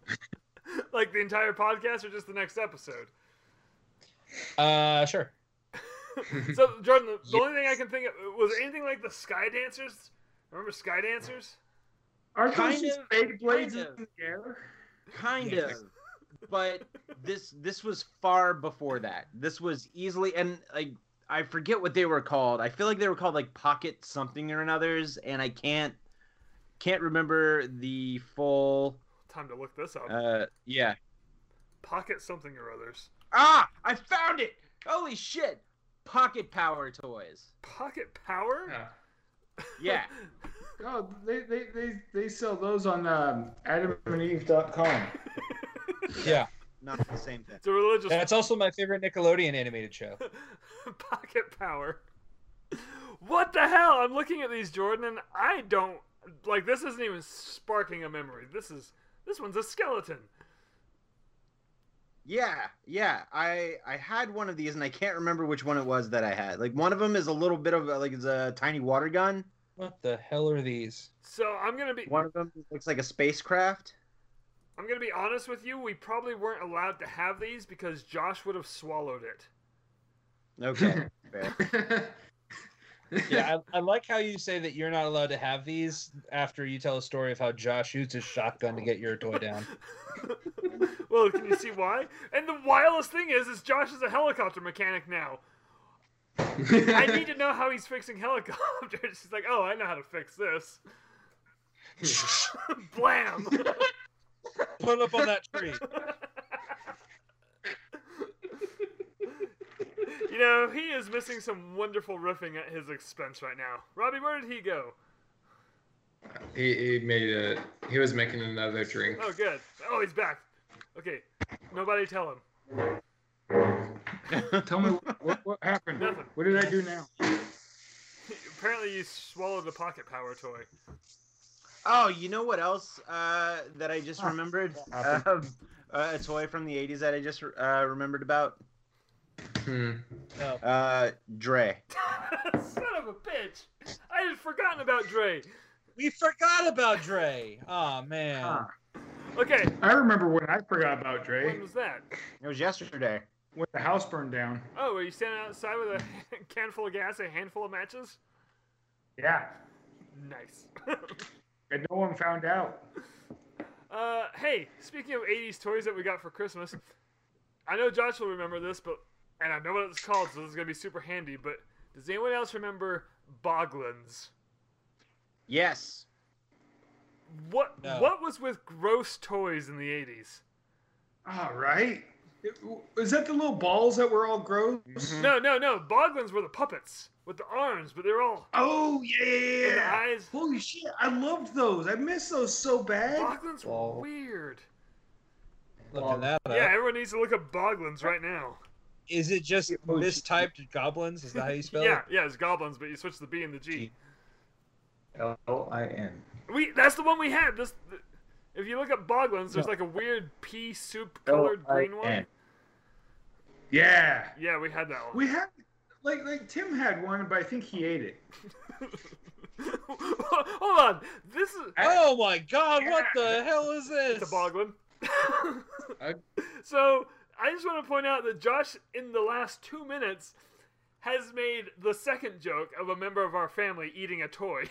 like the entire podcast or just the next episode?
Uh sure.
So Jordan, the, the only thing I can think of was anything like the Sky Dancers. Remember Sky Dancers?
Aren't
Kind
those just
of,
Beyblades
kind
in the air?
Kind
Yes.
of, but this this was far before that. This was easily and like I forget what they were called. I feel like they were called like Pocket something or another's, and I can't can't remember the full.
Time to look this up.
Uh, yeah.
Pocket something or others.
Ah, I found it! Holy shit! Pocket Power toys.
Pocket power?
Yeah.
uh, Yeah.
Oh, they, they, they, they sell those on um, adamandeve.com.
Yeah.
Not the same thing.
It's a religious
That's also my favorite Nickelodeon animated show.
pocket power. What the hell? I'm looking at these Jordan and I don't like this isn't even sparking a memory. This is this one's a skeleton.
Yeah, yeah. I I had one of these and I can't remember which one it was that I had. Like one of them is a little bit of a- like it's a tiny water gun.
What the hell are these?
So I'm gonna be
One of them looks like a spacecraft.
I'm gonna be honest with you, we probably weren't allowed to have these because Josh would have swallowed it.
Okay. fair.
Yeah, I, I like how you say that you're not allowed to have these after you tell a story of how Josh shoots his shotgun to get your toy down.
well, can you see why? And the wildest thing is is Josh is a helicopter mechanic now. I need to know how he's fixing helicopters. He's like, oh, I know how to fix this. Blam!
Put up on that tree.
you know, he is missing some wonderful riffing at his expense right now. Robbie, where did he go?
He, he made a. He was making another drink.
Oh, good. Oh, he's back. Okay, nobody tell him.
Tell me what, what happened.
Nothing.
What did I do now?
Apparently, you swallowed a pocket power toy.
Oh, you know what else uh, that I just remembered?
Happened.
Um, uh, a toy from the 80s that I just uh, remembered about?
Hmm.
Oh.
Uh, Dre.
Son of a bitch! I had forgotten about Dre.
We forgot about Dre. Oh man.
Huh.
Okay,
I remember when I forgot about Dre
when was that?
It was yesterday.
when the house burned down.
Oh, were you standing outside with a can full of gas, a handful of matches?
Yeah,
Nice.
and no one found out.
Uh, hey, speaking of 80s toys that we got for Christmas, I know Josh will remember this, but and I know what it's called, so this is gonna be super handy. But does anyone else remember Boglins?
Yes.
What
No.
What was with gross toys in the 80s?
All right, is that the little balls that were all gross?
Mm-hmm.
No, no, no. Boglins were the puppets with the arms, but they were all
Oh
and the
yeah!
eyes.
Holy shit! I loved those. I miss those so bad.
Boglins
Wow.
were weird.
Looking that up.
Yeah, everyone needs to look up Boglins right now.
Is it just
Oh,
mistyped goblins? Is that how you spell
Yeah, yeah, it's goblins, but you switch the B and the G.
G.
L I N.
We that's the one we had. This, th- if you look up Boglins, there's like a weird pea soup colored green one.
Yeah,
Yeah, we had that one.
we had like like Tim had one, but I think he ate it.
Hold on, this is
it? Oh my god, what the hell is this?
it's a Boglin.
I-
so I just want to point out that Josh, in the last two minutes, has made the second joke of a member of our family eating a toy.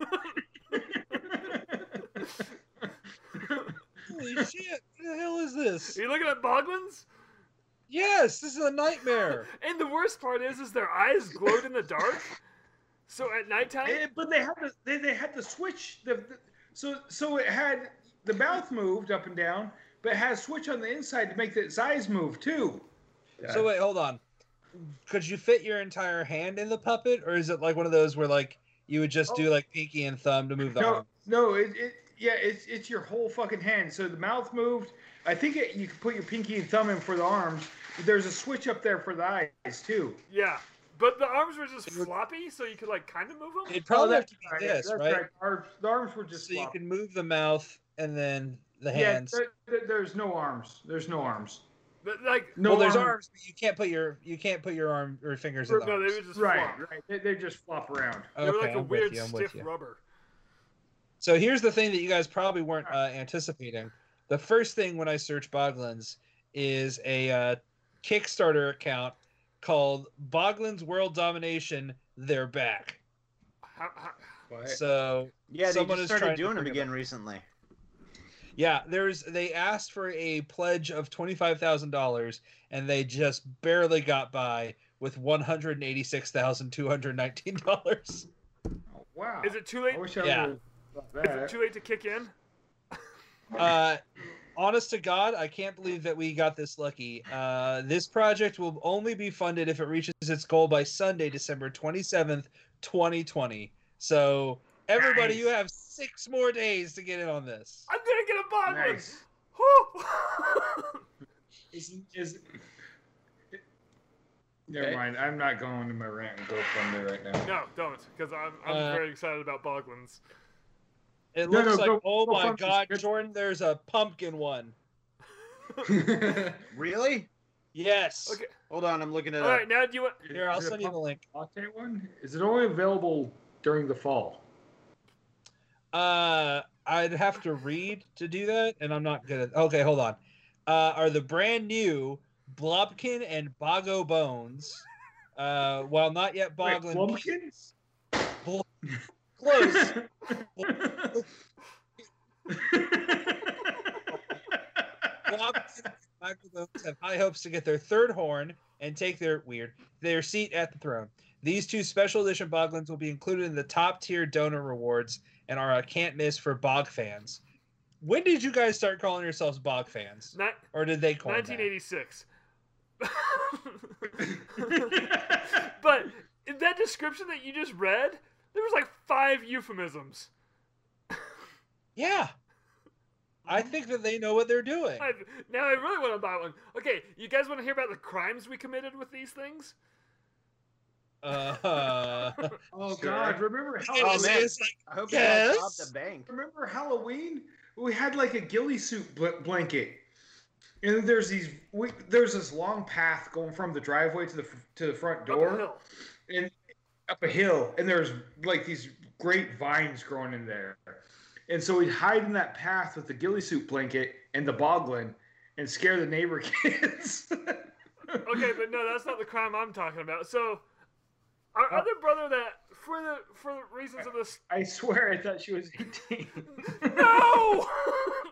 Holy shit, what the hell is this?
Are you looking at Boglins?
Yes, this is a nightmare.
And the worst part is, is their eyes glowed in the dark. So at nighttime,
Eh, but they had to they, they had to switch the, the- so so it had the mouth moved up and down, but it had a switch on the inside to make its eyes move too.
So wait, hold on. Could you fit your entire hand in the puppet, or is it like one of those where like you would just
Oh.
do like pinky and thumb to move the
No,
arm?
no, it, it yeah, it's it's your whole fucking hand. So the mouth moved. I think it, you could put your pinky and thumb in for the arms. But there's a switch up there for the eyes too.
yeah. But the arms were just floppy, so you could like kind of move them.
It'd probably
Oh,
have to
Right,
be this,
that's
right?
Arms, the arms were just
So you
floppy.
can move the mouth and then the
yeah.
hands.
There, there- there's no arms. There's no arms.
But, like
No
well, there's
arm-
arms, but you can't put your you can't put your arm or fingers
no,
in the
they
arms.
would just
Right,
flop.
right. They, they just flop around.
They were like
Okay,
a
I'm with
weird
you, I'm with
stiff
you.
rubber.
So here's the thing that you guys probably weren't uh, anticipating. The first thing when I search Boglins is a uh, Kickstarter account called Boglins World Domination. They're back.
How, how,
What?
So
Yeah, they
Someone
just
is
started
trying to
doing them
bring it
again recently.
yeah, there's they asked for a pledge of twenty five thousand dollars, and they just barely got by with one hundred and eighty six thousand two hundred nineteen dollars.
Oh, wow.
is it too late?
I
Is
wish I
Yeah.
would've thought
it
that.
too late to kick in?
uh, honest to God, I can't believe that we got this lucky. Uh, this project will only be funded if it reaches its goal by Sunday, December 27th, 2020. So, everybody, you
Nice.
have six more days to get in on this.
I'm gonna get a bond
Nice.
one.
Is, is, Never
Okay.
mind. I'm not going to my rant and GoFundMe right now.
no, don't, because I'm I'm
Uh,
very excited about Boglins.
It
No,
looks
no,
like,
go-
oh
go
my
fund this.
God,
Good.
Jordan, there's a pumpkin one.
Really?
Yes.
Okay.
Hold on, I'm looking at
All right, now do you want?
Here, I'll
Is it a
send you the
pumpkin
link.
latte one? Is it only available during the fall?
Uh, I'd have to read to do that, and I'm not good at. Okay, hold on. Uh, are the brand new Blobkin and Bogo Bones? Uh, while not yet
Wait,
Boglin,
Plumpkins?
close. Blobkin and Bogo Bones have high hopes to get their third horn and take their weird their seat at the throne. These two special edition Boglins will be included in the top tier donor rewards and are a can't miss for Bog fans. When did you guys start calling yourselves Bog fans,
Ni-
or did they call?
1986. but in that description that you just read, there was like five euphemisms.
Yeah. I think that they know what they're doing.
I, now I really want to buy one. Okay, you guys want to hear about the crimes we committed with these things?
Uh,
Oh
Sure.
God! Remember
it
Halloween?
Oh,
was,
man.
it was like,
I hope
Yes.
you don't rob the bank.
Remember Halloween? We had like a ghillie suit bl- blanket, and there's these. We, there's this long path going from the driveway to the f- to the front
Up the
door
hill.
up a hill, and there's like these great vines growing in there. And so we'd hide in that path with the ghillie suit blanket and the boglin, and scare the neighbor kids.
Okay, but no, that's not the crime I'm talking about. So, our
Oh.
other brother that, for the for the reasons of this,
I swear, I thought she was 18.
no,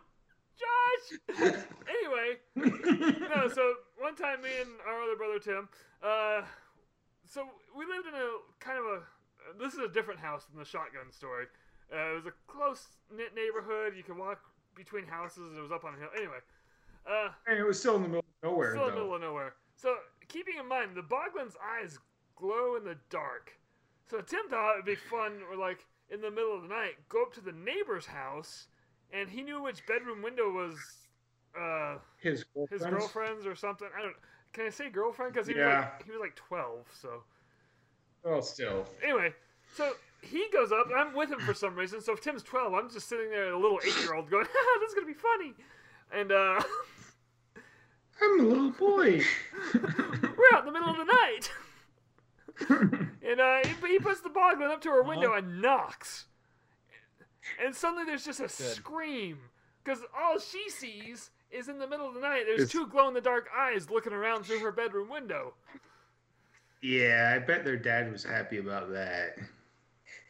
Josh. Anyway, no, so one time me and our other brother Tim, uh, so we lived in a kind of a. This is a different house than the shotgun story. Uh, it was a close knit neighborhood. You could walk between houses. It was up on a hill. Anyway, uh,
And it was still in the middle of nowhere.
still in
though.
the middle of nowhere. So keeping in mind, the Boglin's eyes glow in the dark. So Tim thought it'd be fun, or like in the middle of the night, go up to the neighbor's house, and he knew which bedroom window was. Uh,
His
his
girlfriend's.
girlfriend's or something. I don't. Can I say girlfriend? Because he was
Yeah.
like he was like twelve. So
Well, still.
anyway, so he goes up. and I'm with him for some reason. So if Tim's twelve, I'm just sitting there, a little eight year old, going, "Haha, "This is gonna be funny." And uh,
I'm a little boy.
we're out in the middle of the night, and uh, he, he puts the boglin up to her
Uh-huh.
window and knocks. And suddenly there's just a scream because all she sees is in the middle of the night. There's
It's-
two glow in the dark eyes looking around through her bedroom window.
yeah, I bet their dad was happy about that.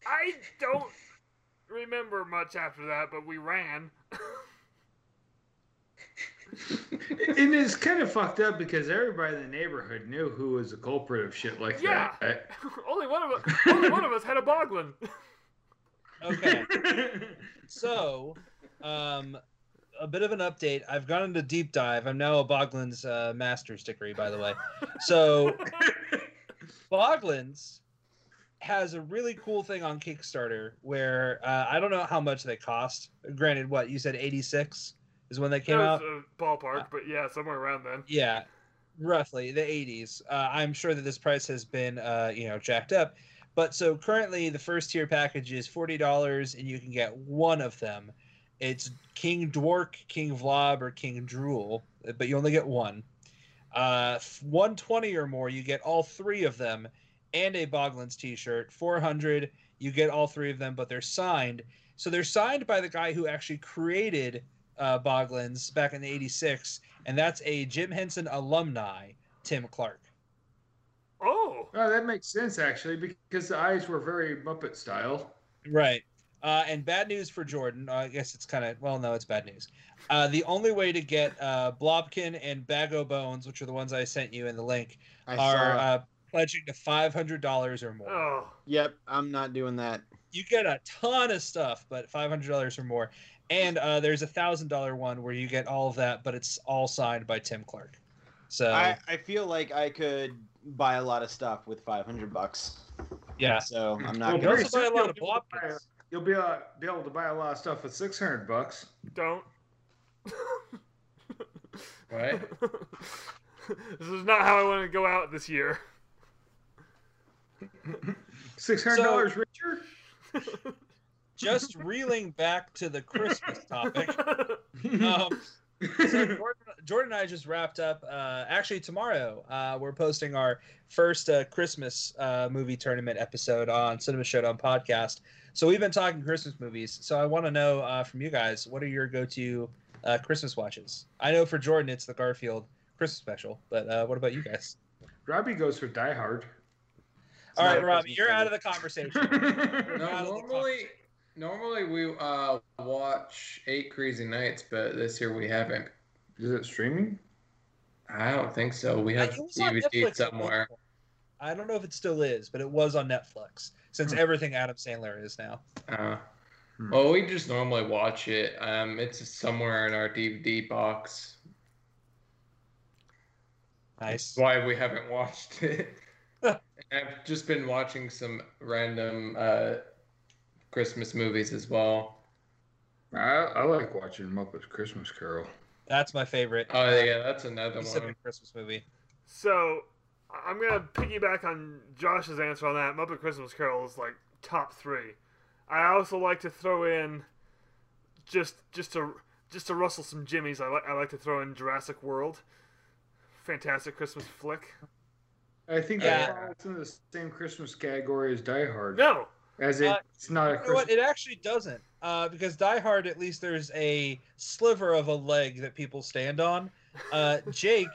I don't remember much after that, but we ran.
and it's kind of fucked up because everybody in the neighborhood knew who was the culprit of shit like
Yeah.
that.
only one of us, only one of us had a boglin.
okay. So, um, a bit of an update. I've gone into deep dive. I'm now a Boglin's uh, master's degree, by the way. So, Boglin's has a really cool thing on Kickstarter where uh, I don't know how much they cost. Granted, what you said, 86 is when they
That
came out.
was a ballpark, but yeah, somewhere around then.
Yeah, roughly the 80s. Uh, I'm sure that this price has been, uh, you know, jacked up. But so currently, the first tier package is forty dollars, and you can get one of them. It's King Dwork, King Vlob, or King Drool, but you only get one. Uh, one twenty or more, you get all three of them, and a Boglin's T-shirt. Four hundred, you get all three of them, but they're signed. So they're signed by the guy who actually created uh, Boglin's back in the '86, and that's a Jim Henson alumni, Tim Clark.
Oh,
Oh, that makes sense actually because the eyes were very Muppet style.
Right. Uh, and bad news for Jordan. Uh, I guess it's kind of well, no, it's bad news. Uh, the only way to get uh, Blobkin and Bago Bones, which are the ones I sent you in the link,
I
are
saw.
uh, pledging to five hundred dollars or more.
oh,
yep, I'm not doing that.
You get a ton of stuff, but five hundred dollars or more. And uh, there's a thousand dollar one where you get all of that, but it's all signed by Tim Clark. So
I, I feel like I could buy a lot of stuff with 500 bucks.
yeah,
So I'm
Well,
not
you
going
very
to.
also buy a lot of
You'll be able to
Blobkins.
You'll be, uh, be able to buy a lot of stuff with 600 bucks.
don't.
What?
this is not how I want to go out this year.
$600 richer?
Just reeling back to the Christmas topic. Um, so Jordan, Jordan and I just wrapped up. Uh, actually, tomorrow uh, we're posting our first uh, Christmas uh, movie tournament episode on Cinema Showdown podcast. So we've been talking Christmas movies. So I want to know uh, from you guys, what are your go-to uh, Christmas watches? I know for Jordan, it's the Garfield Christmas special, but uh, what about you guys?
Robbie goes for Die Hard.
All
not
right,
a
Robbie,
Christmas
you're out of
movie.
the conversation.
No, normally, normally we uh, watch Eight Crazy Nights, but this year we haven't.
Is it streaming?
I don't think so. We
Uh,
have
it was on
DVD
Netflix at one
somewhere.
point. I don't know if it still is, but it was on Netflix since
Hmm.
everything Adam Sandler is now.
Uh,
Hmm.
well, we just normally watch it. Um, it's somewhere in our DVD box.
Nice.
Why we haven't watched it? I've just been watching some random uh, Christmas movies as well.
I, I like watching Muppet's Christmas Carol.
That's my favorite. uh,
Oh yeah, that's another
Specific
one.
Christmas movie.
So I- I'm gonna piggyback on Josh's answer on that. Muppet Christmas Carol is like top three. I also like to throw in just just to just to rustle some jimmies. I like I like to throw in Jurassic World. Fantastic Christmas flick.
I think
Yeah.
that falls into the same Christmas category as Die Hard.
No,
As in,
Uh,
it's not a
You know
Christmas.
what? It actually doesn't. Uh, because Die Hard, at least there's a sliver of a leg that people stand on. Uh, Jake,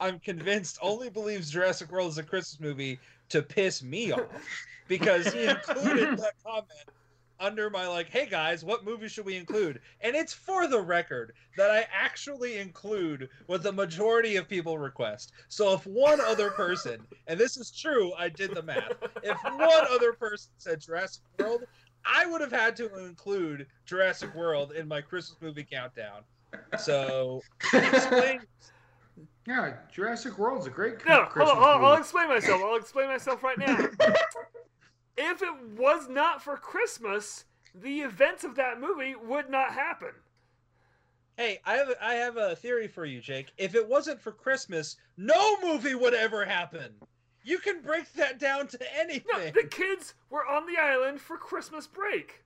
I'm convinced, only believes Jurassic World is a Christmas movie to piss me off because he included that comment under my, like, hey guys, what movie should we include? And it's for the record that I actually include what the majority of people request. So if one other person, and this is true, I did the math, if one other person said Jurassic World, I would have had to include Jurassic World in my Christmas movie countdown. So explain.
Yeah, Jurassic World's a great
no. Hold
Christmas
on, I'll, I'll
movie.
explain myself. I'll explain myself right now. if it was not for Christmas, the events of that movie would not happen.
Hey, I have I have a theory for you, Jake. If it wasn't for Christmas, no movie would ever happen. You can break that down to
No,
anything.
the kids were on the island for Christmas break.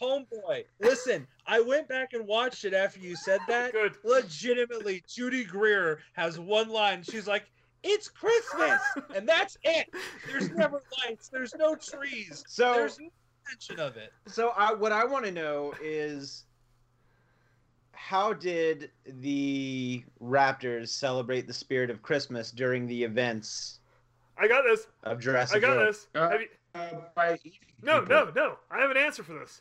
Homeboy, listen, I went back and watched it after you
Oh,
said that.
Good.
Legitimately, Judy Greer has one line. She's like, "It's Christmas," and that's it. There's never lights. There's no trees.
So
There's no mention of it.
So I, what I want to know is how did the Raptors celebrate the spirit of Christmas during the events
I got this.
of Jurassic
I got
World?
this.
Uh,
Have you-
Uh, by eating
no,
people.
no, no. I have an answer for this.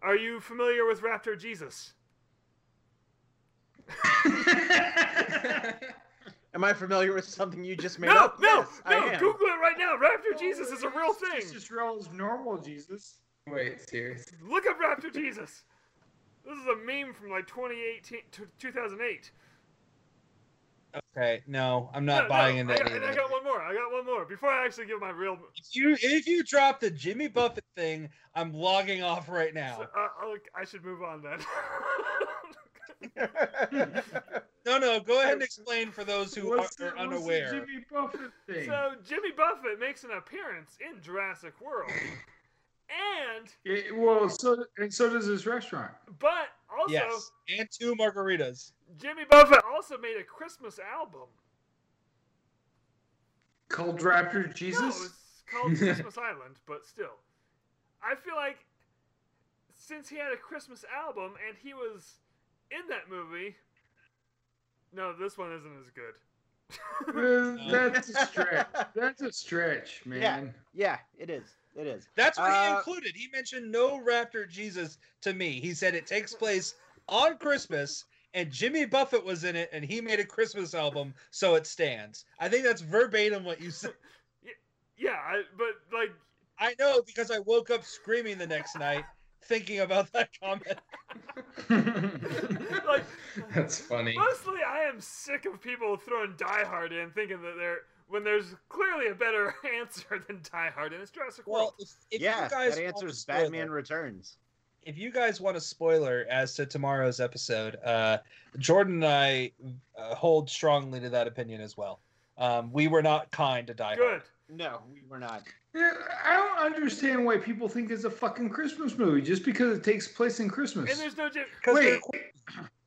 Are you familiar with Raptor Jesus?
Am I familiar with something you just made
No,
up?
no,
Yes, I
no.
am.
Google it right now. Raptor Jesus is a real
It's
thing.
Just as real as normal Jesus.
Wait, seriously?
Look up Raptor Jesus. This is a meme from like 2018 to 2008.
Okay, no, I'm
No,
not
no,
buying into
I got,
any of
I
that.
got one more. I got one more. Before I actually give my real,
If you if you drop the Jimmy Buffett thing, I'm logging off right
so,
now.
uh, I'll- I should move on then.
No, no, go ahead and explain for those who are,
What's the-
are
what's the
unaware.
Jimmy Buffett thing.
So Jimmy Buffett makes an appearance in Jurassic World, and
It- well, so and so does this restaurant.
but also
Yes, and two margaritas.
Jimmy Buffett also made a Christmas album.
Called Raptor Jesus.
No, it's called Christmas Island, but still, I feel like since he had a Christmas album and he was in that movie, no, this one isn't as good.
Uh, that's a stretch. That's a stretch, man.
yeah, it is. It is.
That's what he
Uh,
included. He mentioned no Raptor Jesus to me. He said it takes place on Christmas, and Jimmy Buffett was in it, and he made a Christmas album, so it stands. I think that's verbatim what you said.
Yeah, I, but like
I know because I woke up screaming the next night thinking about that comment.
like
That's funny.
mostly I am sick of people throwing Die Hard in, thinking that they're when there's clearly a better answer than Die Hard, and it's Jurassic
Well,
World.
if, if
yeah,
you guys
that
want
answers
a spoiler-
Batman Returns.
if you guys want a spoiler as to tomorrow's episode, uh, Jordan and I uh, hold strongly to that opinion as well. Um, we were not kind to Die
Good.
Hard.
No, we were not.
Yeah, I don't understand why people think it's a fucking Christmas movie just because it takes place in Christmas.
And there's no Jim.
'Cause
Wait,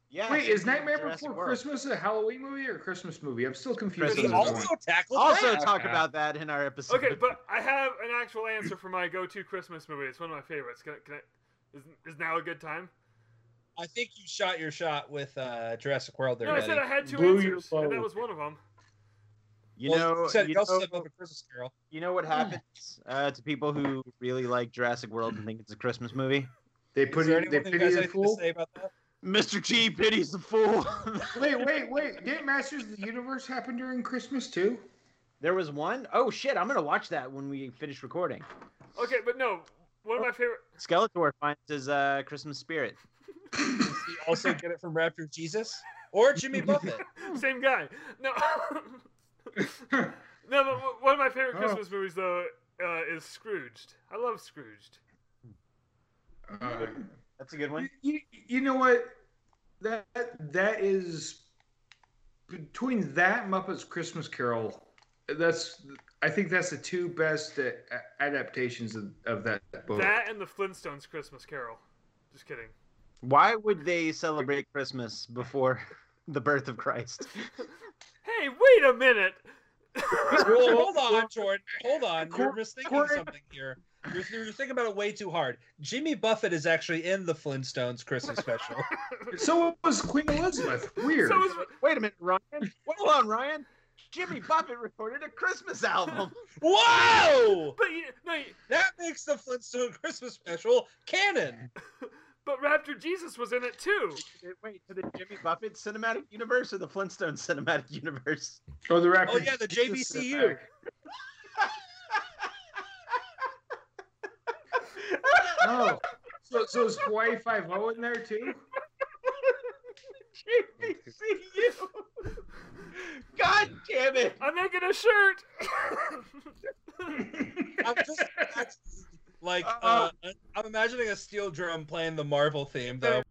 Yeah.
wait,
it's
is Nightmare
Jurassic
Before
World.
Christmas a Halloween movie or a Christmas movie? I'm still confused.
Christmas
We
on this
movie.
one.
also tackled
Also,
that.
talk about that in our episode.
Okay, but I have an actual answer for my go-to Christmas movie. It's one of my favorites. Can I, can I, is, is now a good time?
I think you shot your shot with uh, Jurassic World there,
no, I
buddy.
said I had two
Blew your
answers, and that
load.
was one of them.
you
Well,
know,
you said
you
you also
know-
said about the Christmas Carol.
You know what happens uh, to people who really like Jurassic World and think it's a Christmas movie?
They
Is
put
there
it. They
anyone who
pity
has
the
anything to
fool.
say about that?
Mr. G pities the fool.
Wait, wait, wait! Didn't Masters of the Universe happen during Christmas too?
there was one. Oh shit! I'm gonna watch that when we finish recording.
Okay, but no, one of my favorite.
Skeletor finds his uh, Christmas spirit.
Does he also get it from Raptor Jesus or Jimmy Buffett?
Same guy. No,
Uh,
no, but w- one of my favorite
Oh.
Christmas movies though uh, is Scrooged. I love Scrooged.
Uh,
That's a good one.
You- you, you know what that that is between that muppets christmas carol that's I think that's the two best uh, a- adaptations of, of that book.
That and the Flintstones Christmas Carol. Just kidding.
Why would they celebrate Christmas before the birth of Christ?
Hey, wait a minute.
Well, hold on, Jordan. Hold on. You're
Cor-
misthinking
Cor-
something here. You're, you're thinking about it way too hard. Jimmy Buffett is actually in the Flintstones Christmas special.
So was Queen Elizabeth. Weird.
so is,
Wait a minute, Ryan. Hold on, Ryan. Jimmy Buffett recorded a Christmas album.
Whoa!
but you, no, you-
That makes the Flintstone Christmas special canon.
but Raptor Jesus was in it too.
Wait, to the Jimmy Buffett cinematic universe or the Flintstone cinematic universe?
or the rapper.
Oh yeah, the JVCU.
Oh, so so is Hawaii Five O in there too?
JVCU. God damn it.
I'm making a shirt.
I'm just that's- like uh, I'm imagining a steel drum playing the Marvel theme though.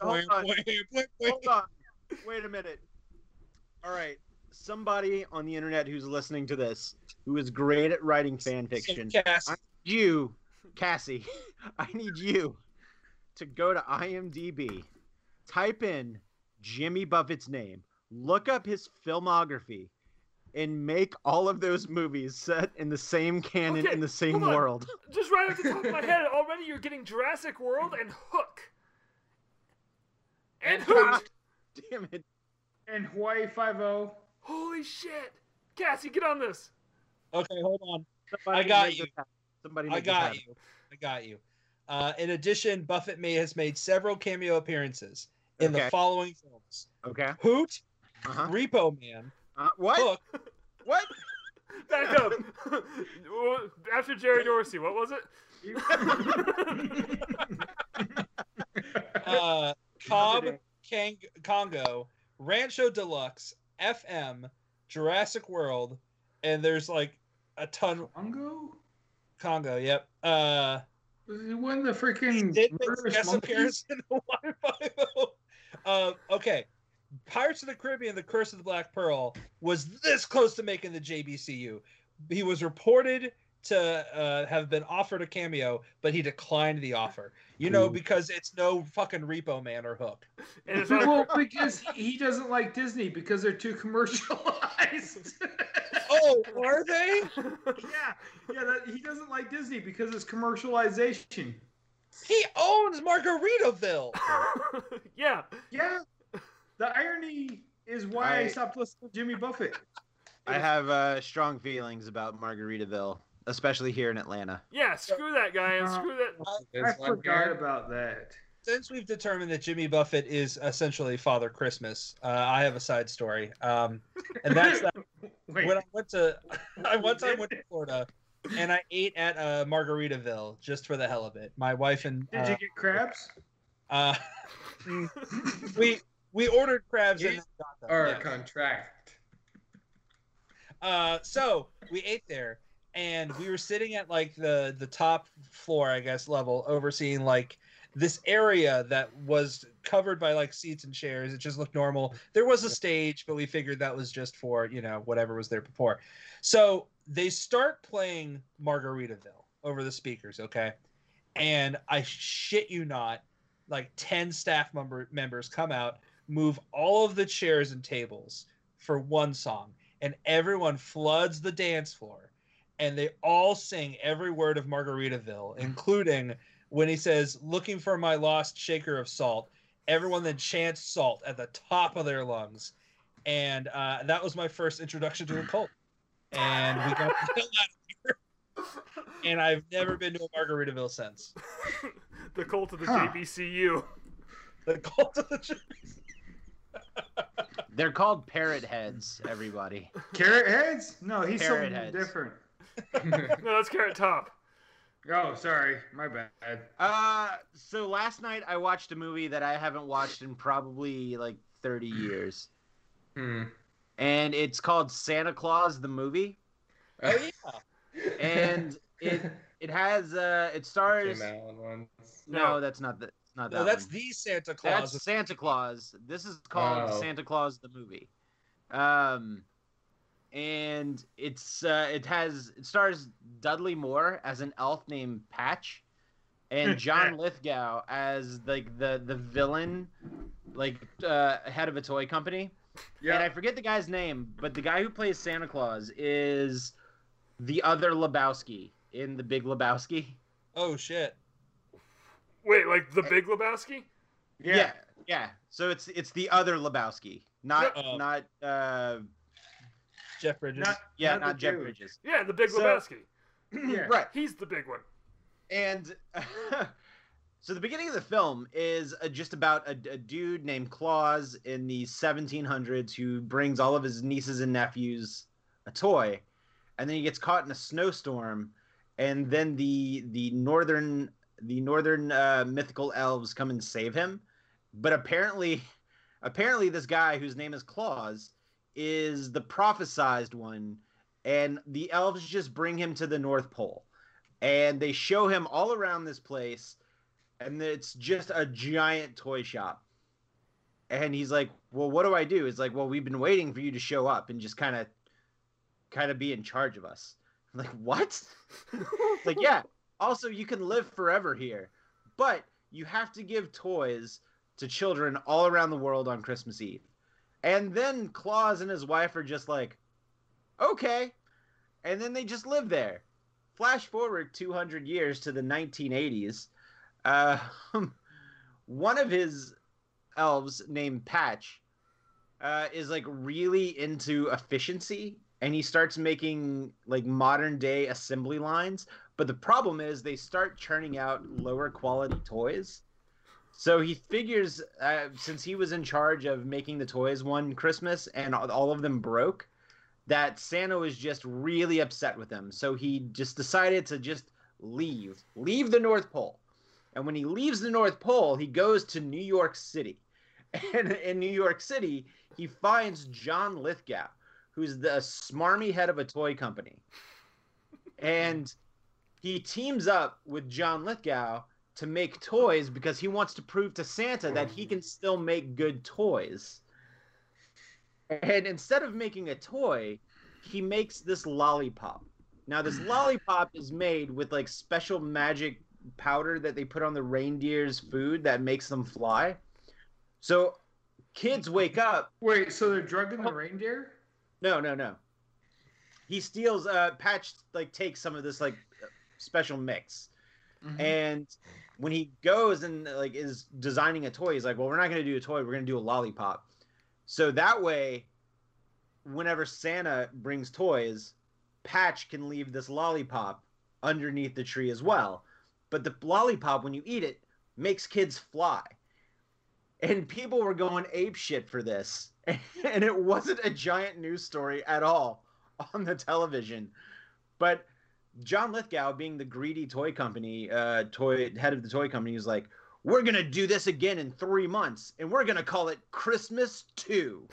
Hold on.
Boing, boing, boing, boing.
Hold on. Wait a minute. All right. Somebody on the internet who's listening to this, who is great at writing fan fiction,
So, Cass,
I- you, Cassie, I need you to go to IMDb, type in Jimmy Buffett's name, look up his filmography, and make all of those movies set in the same canon
Okay,
in the same
hold on.
world.
Just right off the top of my head, already you're getting Jurassic World and Hook. And
And
Hoot.
God damn it.
And Hawaii Five O.
Holy shit. Cassie, get on this.
okay, hold on.
Somebody
I got
make
you.
this happen. Somebody
I
make this
got
happen.
you. I got you. Uh, in addition, Buffett may has made several cameo appearances in
Okay.
the following films:
Okay.
Hoot,
Uh-huh.
Repo Man,
Uh, what?
Hook,
What?
Back up. After Jerry Dorsey, what was it?
uh, Cobb,
Another
Kang- Congo, Rancho Deluxe, FM, Jurassic World, and there's like a ton
Congo?
Congo. Yep. Uh,
It wasn't the
he
freaking
did make
murderous
guest
monkey?
appearance in Hawaii Five-O. Uh, okay, Pirates of the Caribbean: The Curse of the Black Pearl was this close to making the JBCU. He was reported to uh, have been offered a cameo, but he declined the offer. You know,
Ooh.
because it's no fucking Repo Man or Hook.
and it's not a-
Well, because he doesn't like Disney because they're too commercialized.
Oh, are they?
yeah, yeah. That, he doesn't like Disney because it's commercialization.
He owns Margaritaville.
yeah.
Yeah. The irony is why I,
I-
stopped listening to Jimmy Buffett.
I have uh, strong feelings about Margaritaville, especially here in Atlanta.
Yeah, screw that guy and
Uh,
screw that.
I forgot about that.
Since we've determined that Jimmy Buffett is essentially Father Christmas, uh, I have a side story, um, and that's that
Wait,
when I went to, I one time went to Florida, and I ate at uh, Margaritaville just for the hell of it. My wife and
did you get crabs?
uh, uh, we we ordered crabs and
You
got them.
Or
yeah.
contract.
Uh, so we ate there, and we were sitting at like the the top floor, I guess, level, overseeing like this area that was covered by like seats and chairs. It just looked normal. There was a stage, but we figured that was just for you know whatever was there before. So they start playing Margaritaville over the speakers, okay? And I shit you not, like ten staff member members come out, move all of the chairs and tables for one song and everyone floods the dance floor and they all sing every word of Margaritaville, including when he says, Looking for my lost shaker of salt. Everyone then chants salt at the top of their lungs. And uh, that was my first introduction to a cult. And we got the hell out of here. And I've never been to a Margaritaville since.
the cult of the
Huh.
JBCU.
The cult of the Ch-
They're called parrot heads, everybody.
Carrot heads? No, he's
Parrot
something
heads.
different.
Hmm.
No, that's Carrot Top.
oh, sorry, my bad.
Uh, so last night I watched a movie that I haven't watched in probably like 30 years,
Hmm.
and it's called Santa Claus the movie,
Oh, yeah.
and it it has uh it stars.
Tim Allen once.
No, that's not the not that.
No, that's
one.
the Santa Claus.
That's Santa Claus. This is called
Oh.
Santa Claus the movie. Um, and it's uh, it has it stars Dudley Moore as an elf named Patch, and John Lithgow as like the the villain, like uh, head of a toy company. And I
Yeah.
forget the guy's name, but the guy who plays Santa Claus is the other Lebowski in The Big Lebowski.
Oh shit.
Wait, like the Big Lebowski?
Yeah.
yeah. yeah. So it's it's the other Lebowski, not
Uh,
not uh
Jeff Bridges.
Not-
yeah,
not the
not Jeff
dude.
Bridges.
Yeah, the Big
So-
Lebowski.
Yeah.
Right.
He's the big one.
And so the beginning of the film is uh, just about a, a dude named Claus in the 1700s who brings all of his nieces and nephews a toy, and then he gets caught in a snowstorm, and then the the northern the northern uh, mythical elves come and save him, but apparently, apparently this guy whose name is Claus is the prophesized one, and the elves just bring him to the North Pole and they show him all around this place and it's just a giant toy shop and he's like well what do i do it's like well we've been waiting for you to show up and just kind of kind of be in charge of us I'm like what it's like yeah also you can live forever here but you have to give toys to children all around the world on christmas eve and then claus and his wife are just like okay and then they just live there flash forward 200 years to the 1980s uh, one of his elves named patch uh, is like really into efficiency and he starts making like modern day assembly lines but the problem is they start churning out lower quality toys so he figures uh, since he was in charge of making the toys one christmas and all- all of them broke that Santa was just really upset with him. So he just decided to just leave, leave the North Pole. And when he leaves the North Pole, he goes to New York City. And in New York City, he finds John Lithgow, who's the smarmy head of a toy company. And he teams up with John Lithgow to make toys because he wants to prove to Santa that he can still make good toys. And instead of making a toy, he makes this lollipop. Now, this lollipop is made with like special magic powder that they put on the reindeer's food that makes them fly. So kids wake up
Wait, so they're drugging
Oh.
the reindeer?
no, no, no. He steals. Uh, Patch like takes some of this like special mix,
Mm-hmm.
and when he goes and like is designing a toy, he's like, "Well, we're not gonna do a toy. We're gonna do a lollipop." So that way, whenever Santa brings toys, Patch can leave this lollipop underneath the tree as well. But the lollipop, when you eat it, makes kids fly. And people were going ape shit for this. And it wasn't a giant news story at all on the television. But John Lithgow, being the greedy toy company, uh, toy head of the toy company, was like, "We're gonna do this again in three months, and we're gonna call it Christmas Two.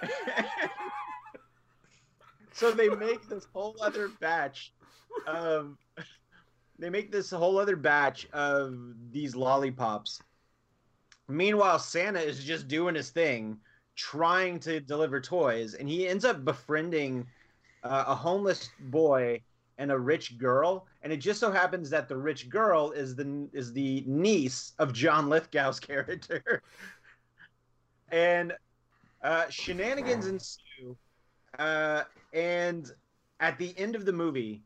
so they make this whole other batch of they make this whole other batch of these lollipops. Meanwhile, Santa is just doing his thing, trying to deliver toys, and he ends up befriending uh, a homeless boy and a rich girl, and it just so happens that the rich girl is the is the niece of John Lithgow's character, and uh, shenanigans ensue. Uh, and at the end of the movie,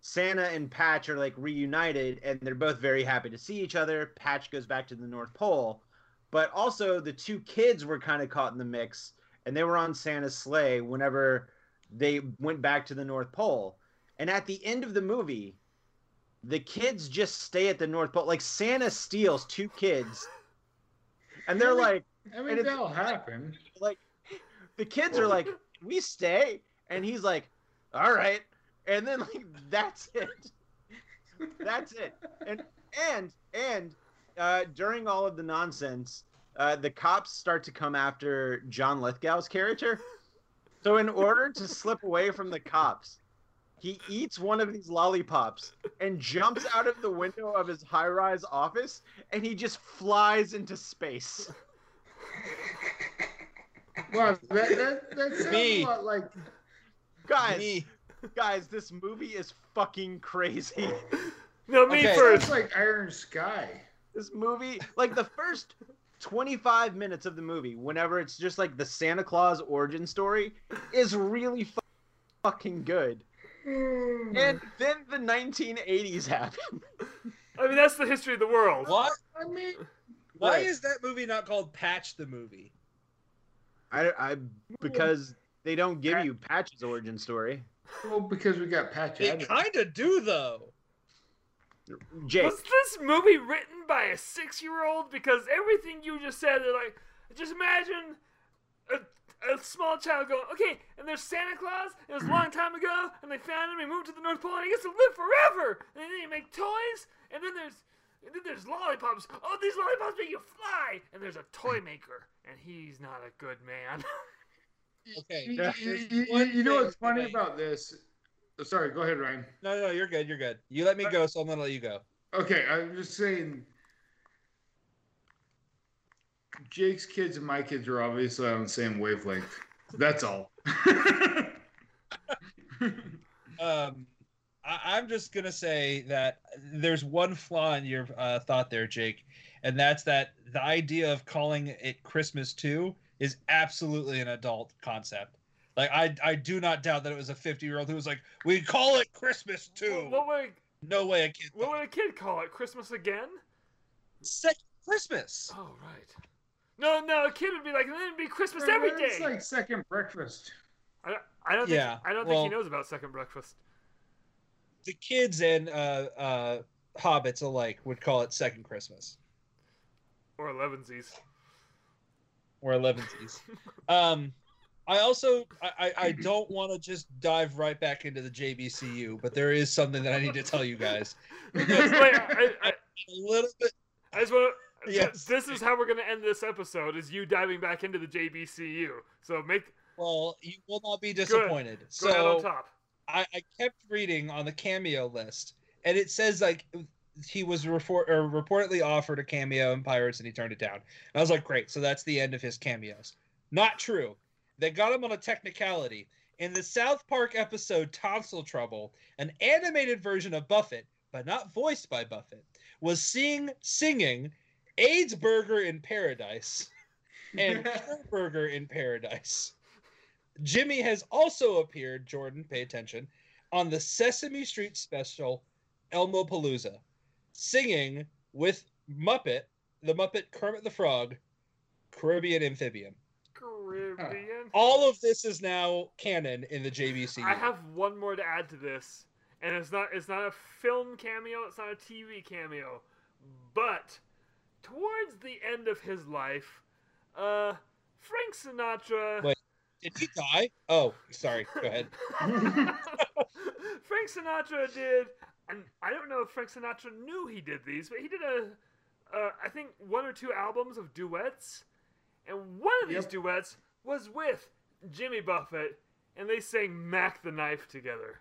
Santa and Patch are like reunited, and they're both very happy to see each other. Patch goes back to the North Pole, but also the two kids were kind of caught in the mix, and they were on Santa's sleigh whenever they went back to the North Pole. And at the end of the movie, the kids just stay at the North Pole. Like Santa steals two kids, and they're like,
I
And
mean,
it's-
that'll happen.
like the kids are like "Can we stay and he's like all right and then like that's it that's it and and and uh, during all of the nonsense uh, the cops start to come after john lithgow's character so in order to slip away from the cops he eats one of these lollipops and jumps out of the window of his high-rise office and he just flies into space
Wow, that, that, that sounds
Me.
a lot like
Guys,
Me.
guys, this movie is fucking crazy.
No, me
Okay.
It's
first.
like Iron Sky.
this movie, like the first 25 minutes of the movie, whenever it's just like the Santa Claus origin story, is really fu- fucking good.
Mm.
And then the 1980s happen.
I mean, that's the history of the world.
What?
I mean,
Why
Right.
is that movie not called Patch the Movie?
I, I because they don't give you Patch's origin story.
Well, because we got Patch
They
Adams.
kind of do though.
Jake,
Was this movie written by a six-year-old? Because everything you just said, they're like, just imagine a, a small child going, okay, and there's Santa Claus. It was a long time ago, and they found him. He moved to the North Pole, and he gets to live forever. And then they make toys, and then there's and then there's lollipops. Oh, these lollipops make you fly. And there's a toy maker, and he's not a good man.
Okay.
You,
There's
you- you-
one
you know
thing
what's funny
that-
about this? Sorry, go ahead, Ryan.
No, no, you're good. You're good. You let me go, so I'm gonna let you go.
Okay, I'm just saying. Jake's kids and my kids are obviously on the same wavelength. That's all.
Um, I, I'm just gonna say that there's one flaw in your uh, thought there, Jake, and that's that the idea of calling it Christmas too is absolutely an adult concept. Like I, I do not doubt that it was a 50 year old who was like, "We call it Christmas too."
What- What would
No way, a kid.
what would a kid call it? Christmas again?
Second Christmas.
Oh right. No, no, a kid would be like, then it'd be Christmas every day.
It's like second breakfast.
I don't, I don't think
Yeah,
I don't
well-
think he knows about second breakfast.
The kids and uh, uh, hobbits alike would call it Second Christmas.
Or elevensies.
or 11s. um, I also I, I, I don't want to just dive right back into the JBCU, but there is something that I need to tell you guys.
Because, like, I, I,
A little bit.
I just want to.
Yes.
This is how we're gonna end this episode: is you diving back into the JBCU. So make
Well, you will not be disappointed.
go out on
So
top.
I, I kept reading on the cameo list, and it says like he was refor- or reportedly offered a cameo in Pirates, and he turned it down. And I was like, great. So that's the end of his cameos. Not true. They got him on a technicality. In the South Park episode Tonsil Trouble, an animated version of Buffett, but not voiced by Buffett, was seeing singing AIDS Burger in Paradise and Cure Burger in Paradise. Jimmy has also appeared, Jordan, pay attention, on the Sesame Street special Elmo Palooza, singing with Muppet, the Muppet Kermit the Frog, Caribbean Amphibian.
Caribbean.
All of this is now canon in the JVC.
I have one more to add to this, and it's not it's not a film cameo, it's not a TV cameo, but towards the end of his life, uh, Frank Sinatra.
Wait. Did he die? Oh, sorry. Go ahead.
Frank Sinatra did, and I don't know if Frank Sinatra knew he did these, but he did a, uh, I think one or two albums of duets, and one of these
Yep.
duets was with Jimmy Buffett, and they sang "Mac the Knife" together.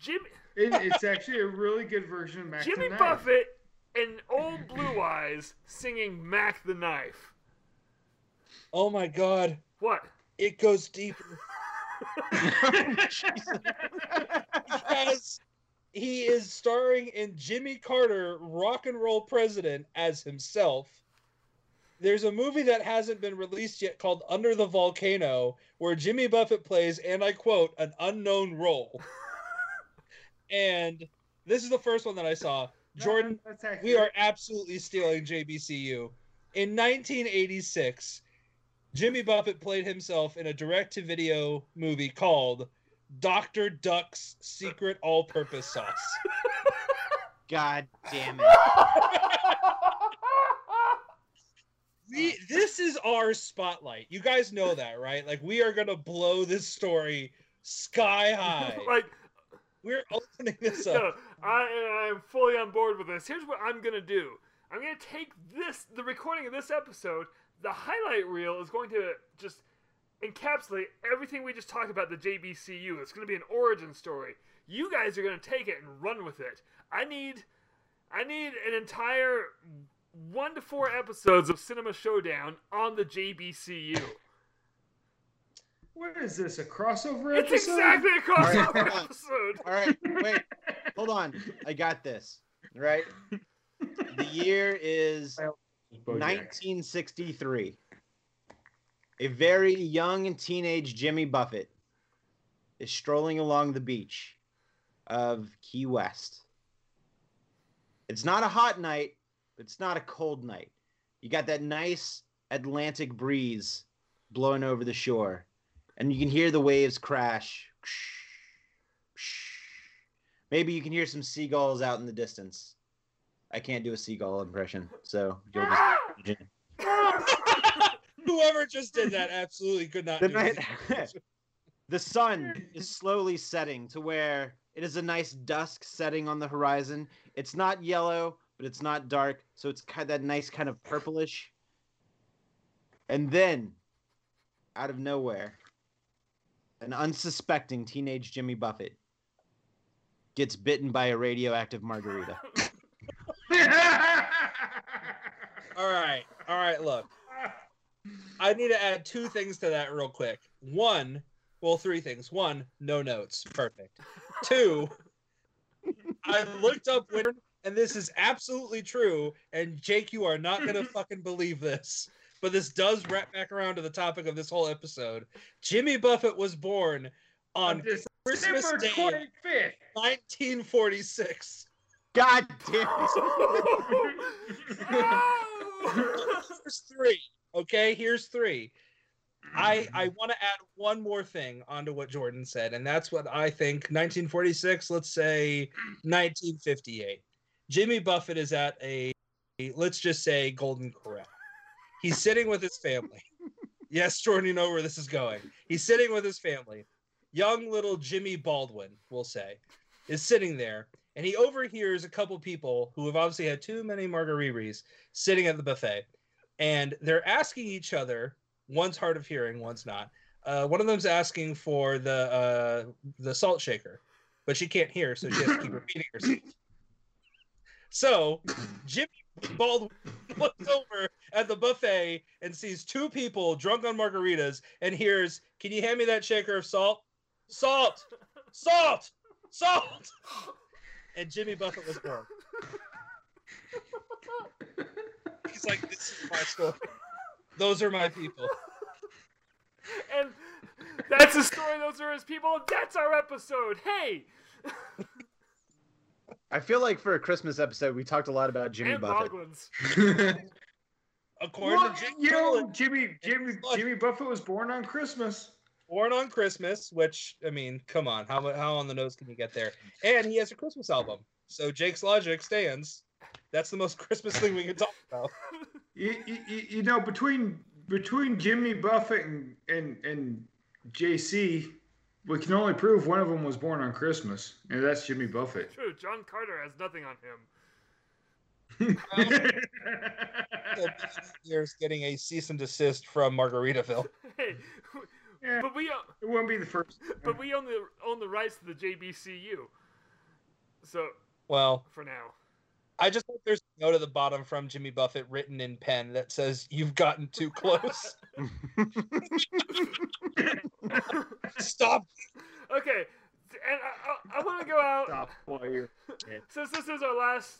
Jimmy
It, it's actually a really good version of Mac
Jimmy
the Knife.
Buffett and Old Blue Eyes singing "Mac the Knife."
Oh my God.
What?
It goes deeper because he is starring in Jimmy Carter, Rock and Roll President, as himself. There's a movie that hasn't been released yet called Under the Volcano, where Jimmy Buffett plays, and I quote, an unknown role. and this is the first one that I saw.
No,
Jordan,
that's actually-
we are absolutely stealing JBCU. In 1986, Jimmy Buffett played himself in a direct to video movie called Dr. Duck's Secret All Purpose Sauce.
God damn it.
We, this is our spotlight. You guys know that, right? Like, we are going to blow this story sky high.
like
We're opening this up.
No, I, and I am fully on board with this. Here's what I'm gonna do. I'm gonna take this, the recording of this episode, the highlight reel is going to just encapsulate everything we just talked about the JBCU. It's gonna be an origin story. You guys are gonna take it and run with it. I need, I need an entire one to four episodes of Cinema Showdown on the JBCU.
What is this? A crossover
It's
episode?
exactly a crossover
All right.
episode.
All right, wait, hold on. I got this. All Right? The year is
Bojack.
1963. A very young and teenage Jimmy Buffett is strolling along the beach of Key West. It's not a hot night, but it's not a cold night. You got that nice Atlantic breeze blowing over the shore, and you can hear the waves crash. Maybe you can hear some seagulls out in the distance. I can't do a seagull impression, so you'll just
Whoever just did that absolutely could not.
the
do
night
this.
the sun is slowly setting to where it is a nice dusk setting on the horizon it's not yellow but it's not dark so it's kind that nice kind of purplish and then out of nowhere an unsuspecting teenage jimmy buffett gets bitten by a radioactive margarita
All right, all right. Look, I need to add two things to that real quick. One, well, three things. One, no notes. Perfect. Two, I looked up winter, and this is absolutely true. And Jake, you are not gonna fucking believe this, but this does wrap back around to the topic of this whole episode. Jimmy Buffett was born on Christmas
December
Day,
25th.
1946.
god damn it
here's three. Okay, here's three. I
Mm-hmm.
I want to add one more thing onto what Jordan said, and that's what I think. 1946, let's say 1958. Jimmy Buffett is at a let's just say Golden Corral. He's sitting with his family. Yes, Jordan, you know where this is going. He's sitting with his family. Young little Jimmy Baldwin, we'll say, is sitting there, and he overhears a couple people who have obviously had too many margaritas sitting at the buffet, and they're asking each other. One's hard of hearing, one's not. Uh, one of them's asking for the uh, the salt shaker, but she can't hear, so she has to keep repeating herself. So Jimmy Baldwin looks over at the buffet and sees two people drunk on margaritas and hears, "Can you hand me that shaker of salt? Salt, salt, salt!" And Jimmy Buffett was born. He's like, "This is my story. Those are my people."
and that's his story. Those are his people. That's our episode. Hey,
i feel like for a christmas episode we talked a lot about jimmy
and
buffett
Baldwin's.
According
Well,
to Jimmy
you
Buffett,
know, Jimmy, Jimmy, Jimmy Buffett was born on Christmas.
born on Christmas, which I mean, come on, how how on the nose can you get there? And he has a Christmas album, so Jake's logic stands. That's the most Christmas thing we can talk about.
You, you, you- you know, between between Jimmy Buffett and, and and JC, we can only prove one of them was born on Christmas, and that's Jimmy Buffett.
True. John Carter has nothing on him.
Years getting a cease and desist from Margaritaville.
Hey,
Yeah.
but we own-
It wouldn't be the first.
but we own the own the rights to the JBCU. So
Well,
for now,
I just hope there's a note at the bottom from Jimmy Buffett written in pen that says, "You've gotten too close. Stop."
okay. And I, I, I want to go out.
Stop while you're.
since this is our last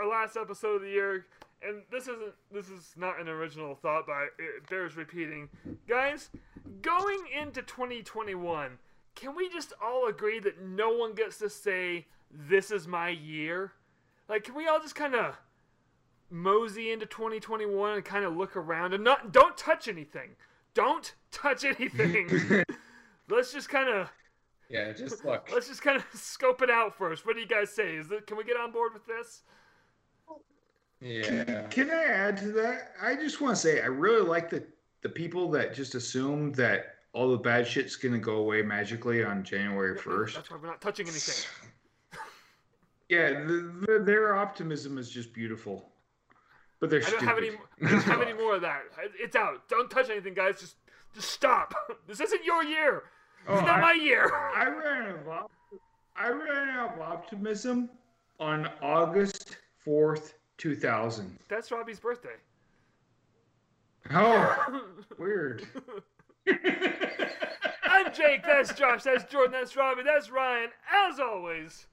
our last episode of the year and this isn't this is not an original thought but it bears repeating guys going into 2021 can we just all agree that no one gets to say this is my year like can we all just kind of mosey into 2021 and kind of look around and not don't touch anything don't touch anything let's just kind of
Yeah, just look.
Let's just kind of scope it out first. What do you guys say? Is it, can we get on board with this?
Yeah.
Can I add to that? I just want to say I really like the the people that just assume that all the bad shit's gonna go away magically on January first.
That's why we're not touching anything.
Yeah, the, the, their optimism is just beautiful, but they're
I don't
stupid.
have any. I don't have any more of that. I- It's out. Don't touch anything, guys. Just, just stop. This isn't your year.
Oh,
It's not
I,
my year.
I ran out of op- I ran out of optimism on August fourth, two thousand.
That's Robbie's birthday.
Oh, weird.
Jake, that's Josh, that's Jordan, that's Robbie, that's Ryan. As always.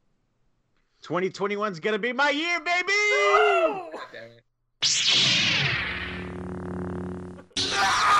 2021's gonna be my year, baby.
Oh!
Damn it.
Ah!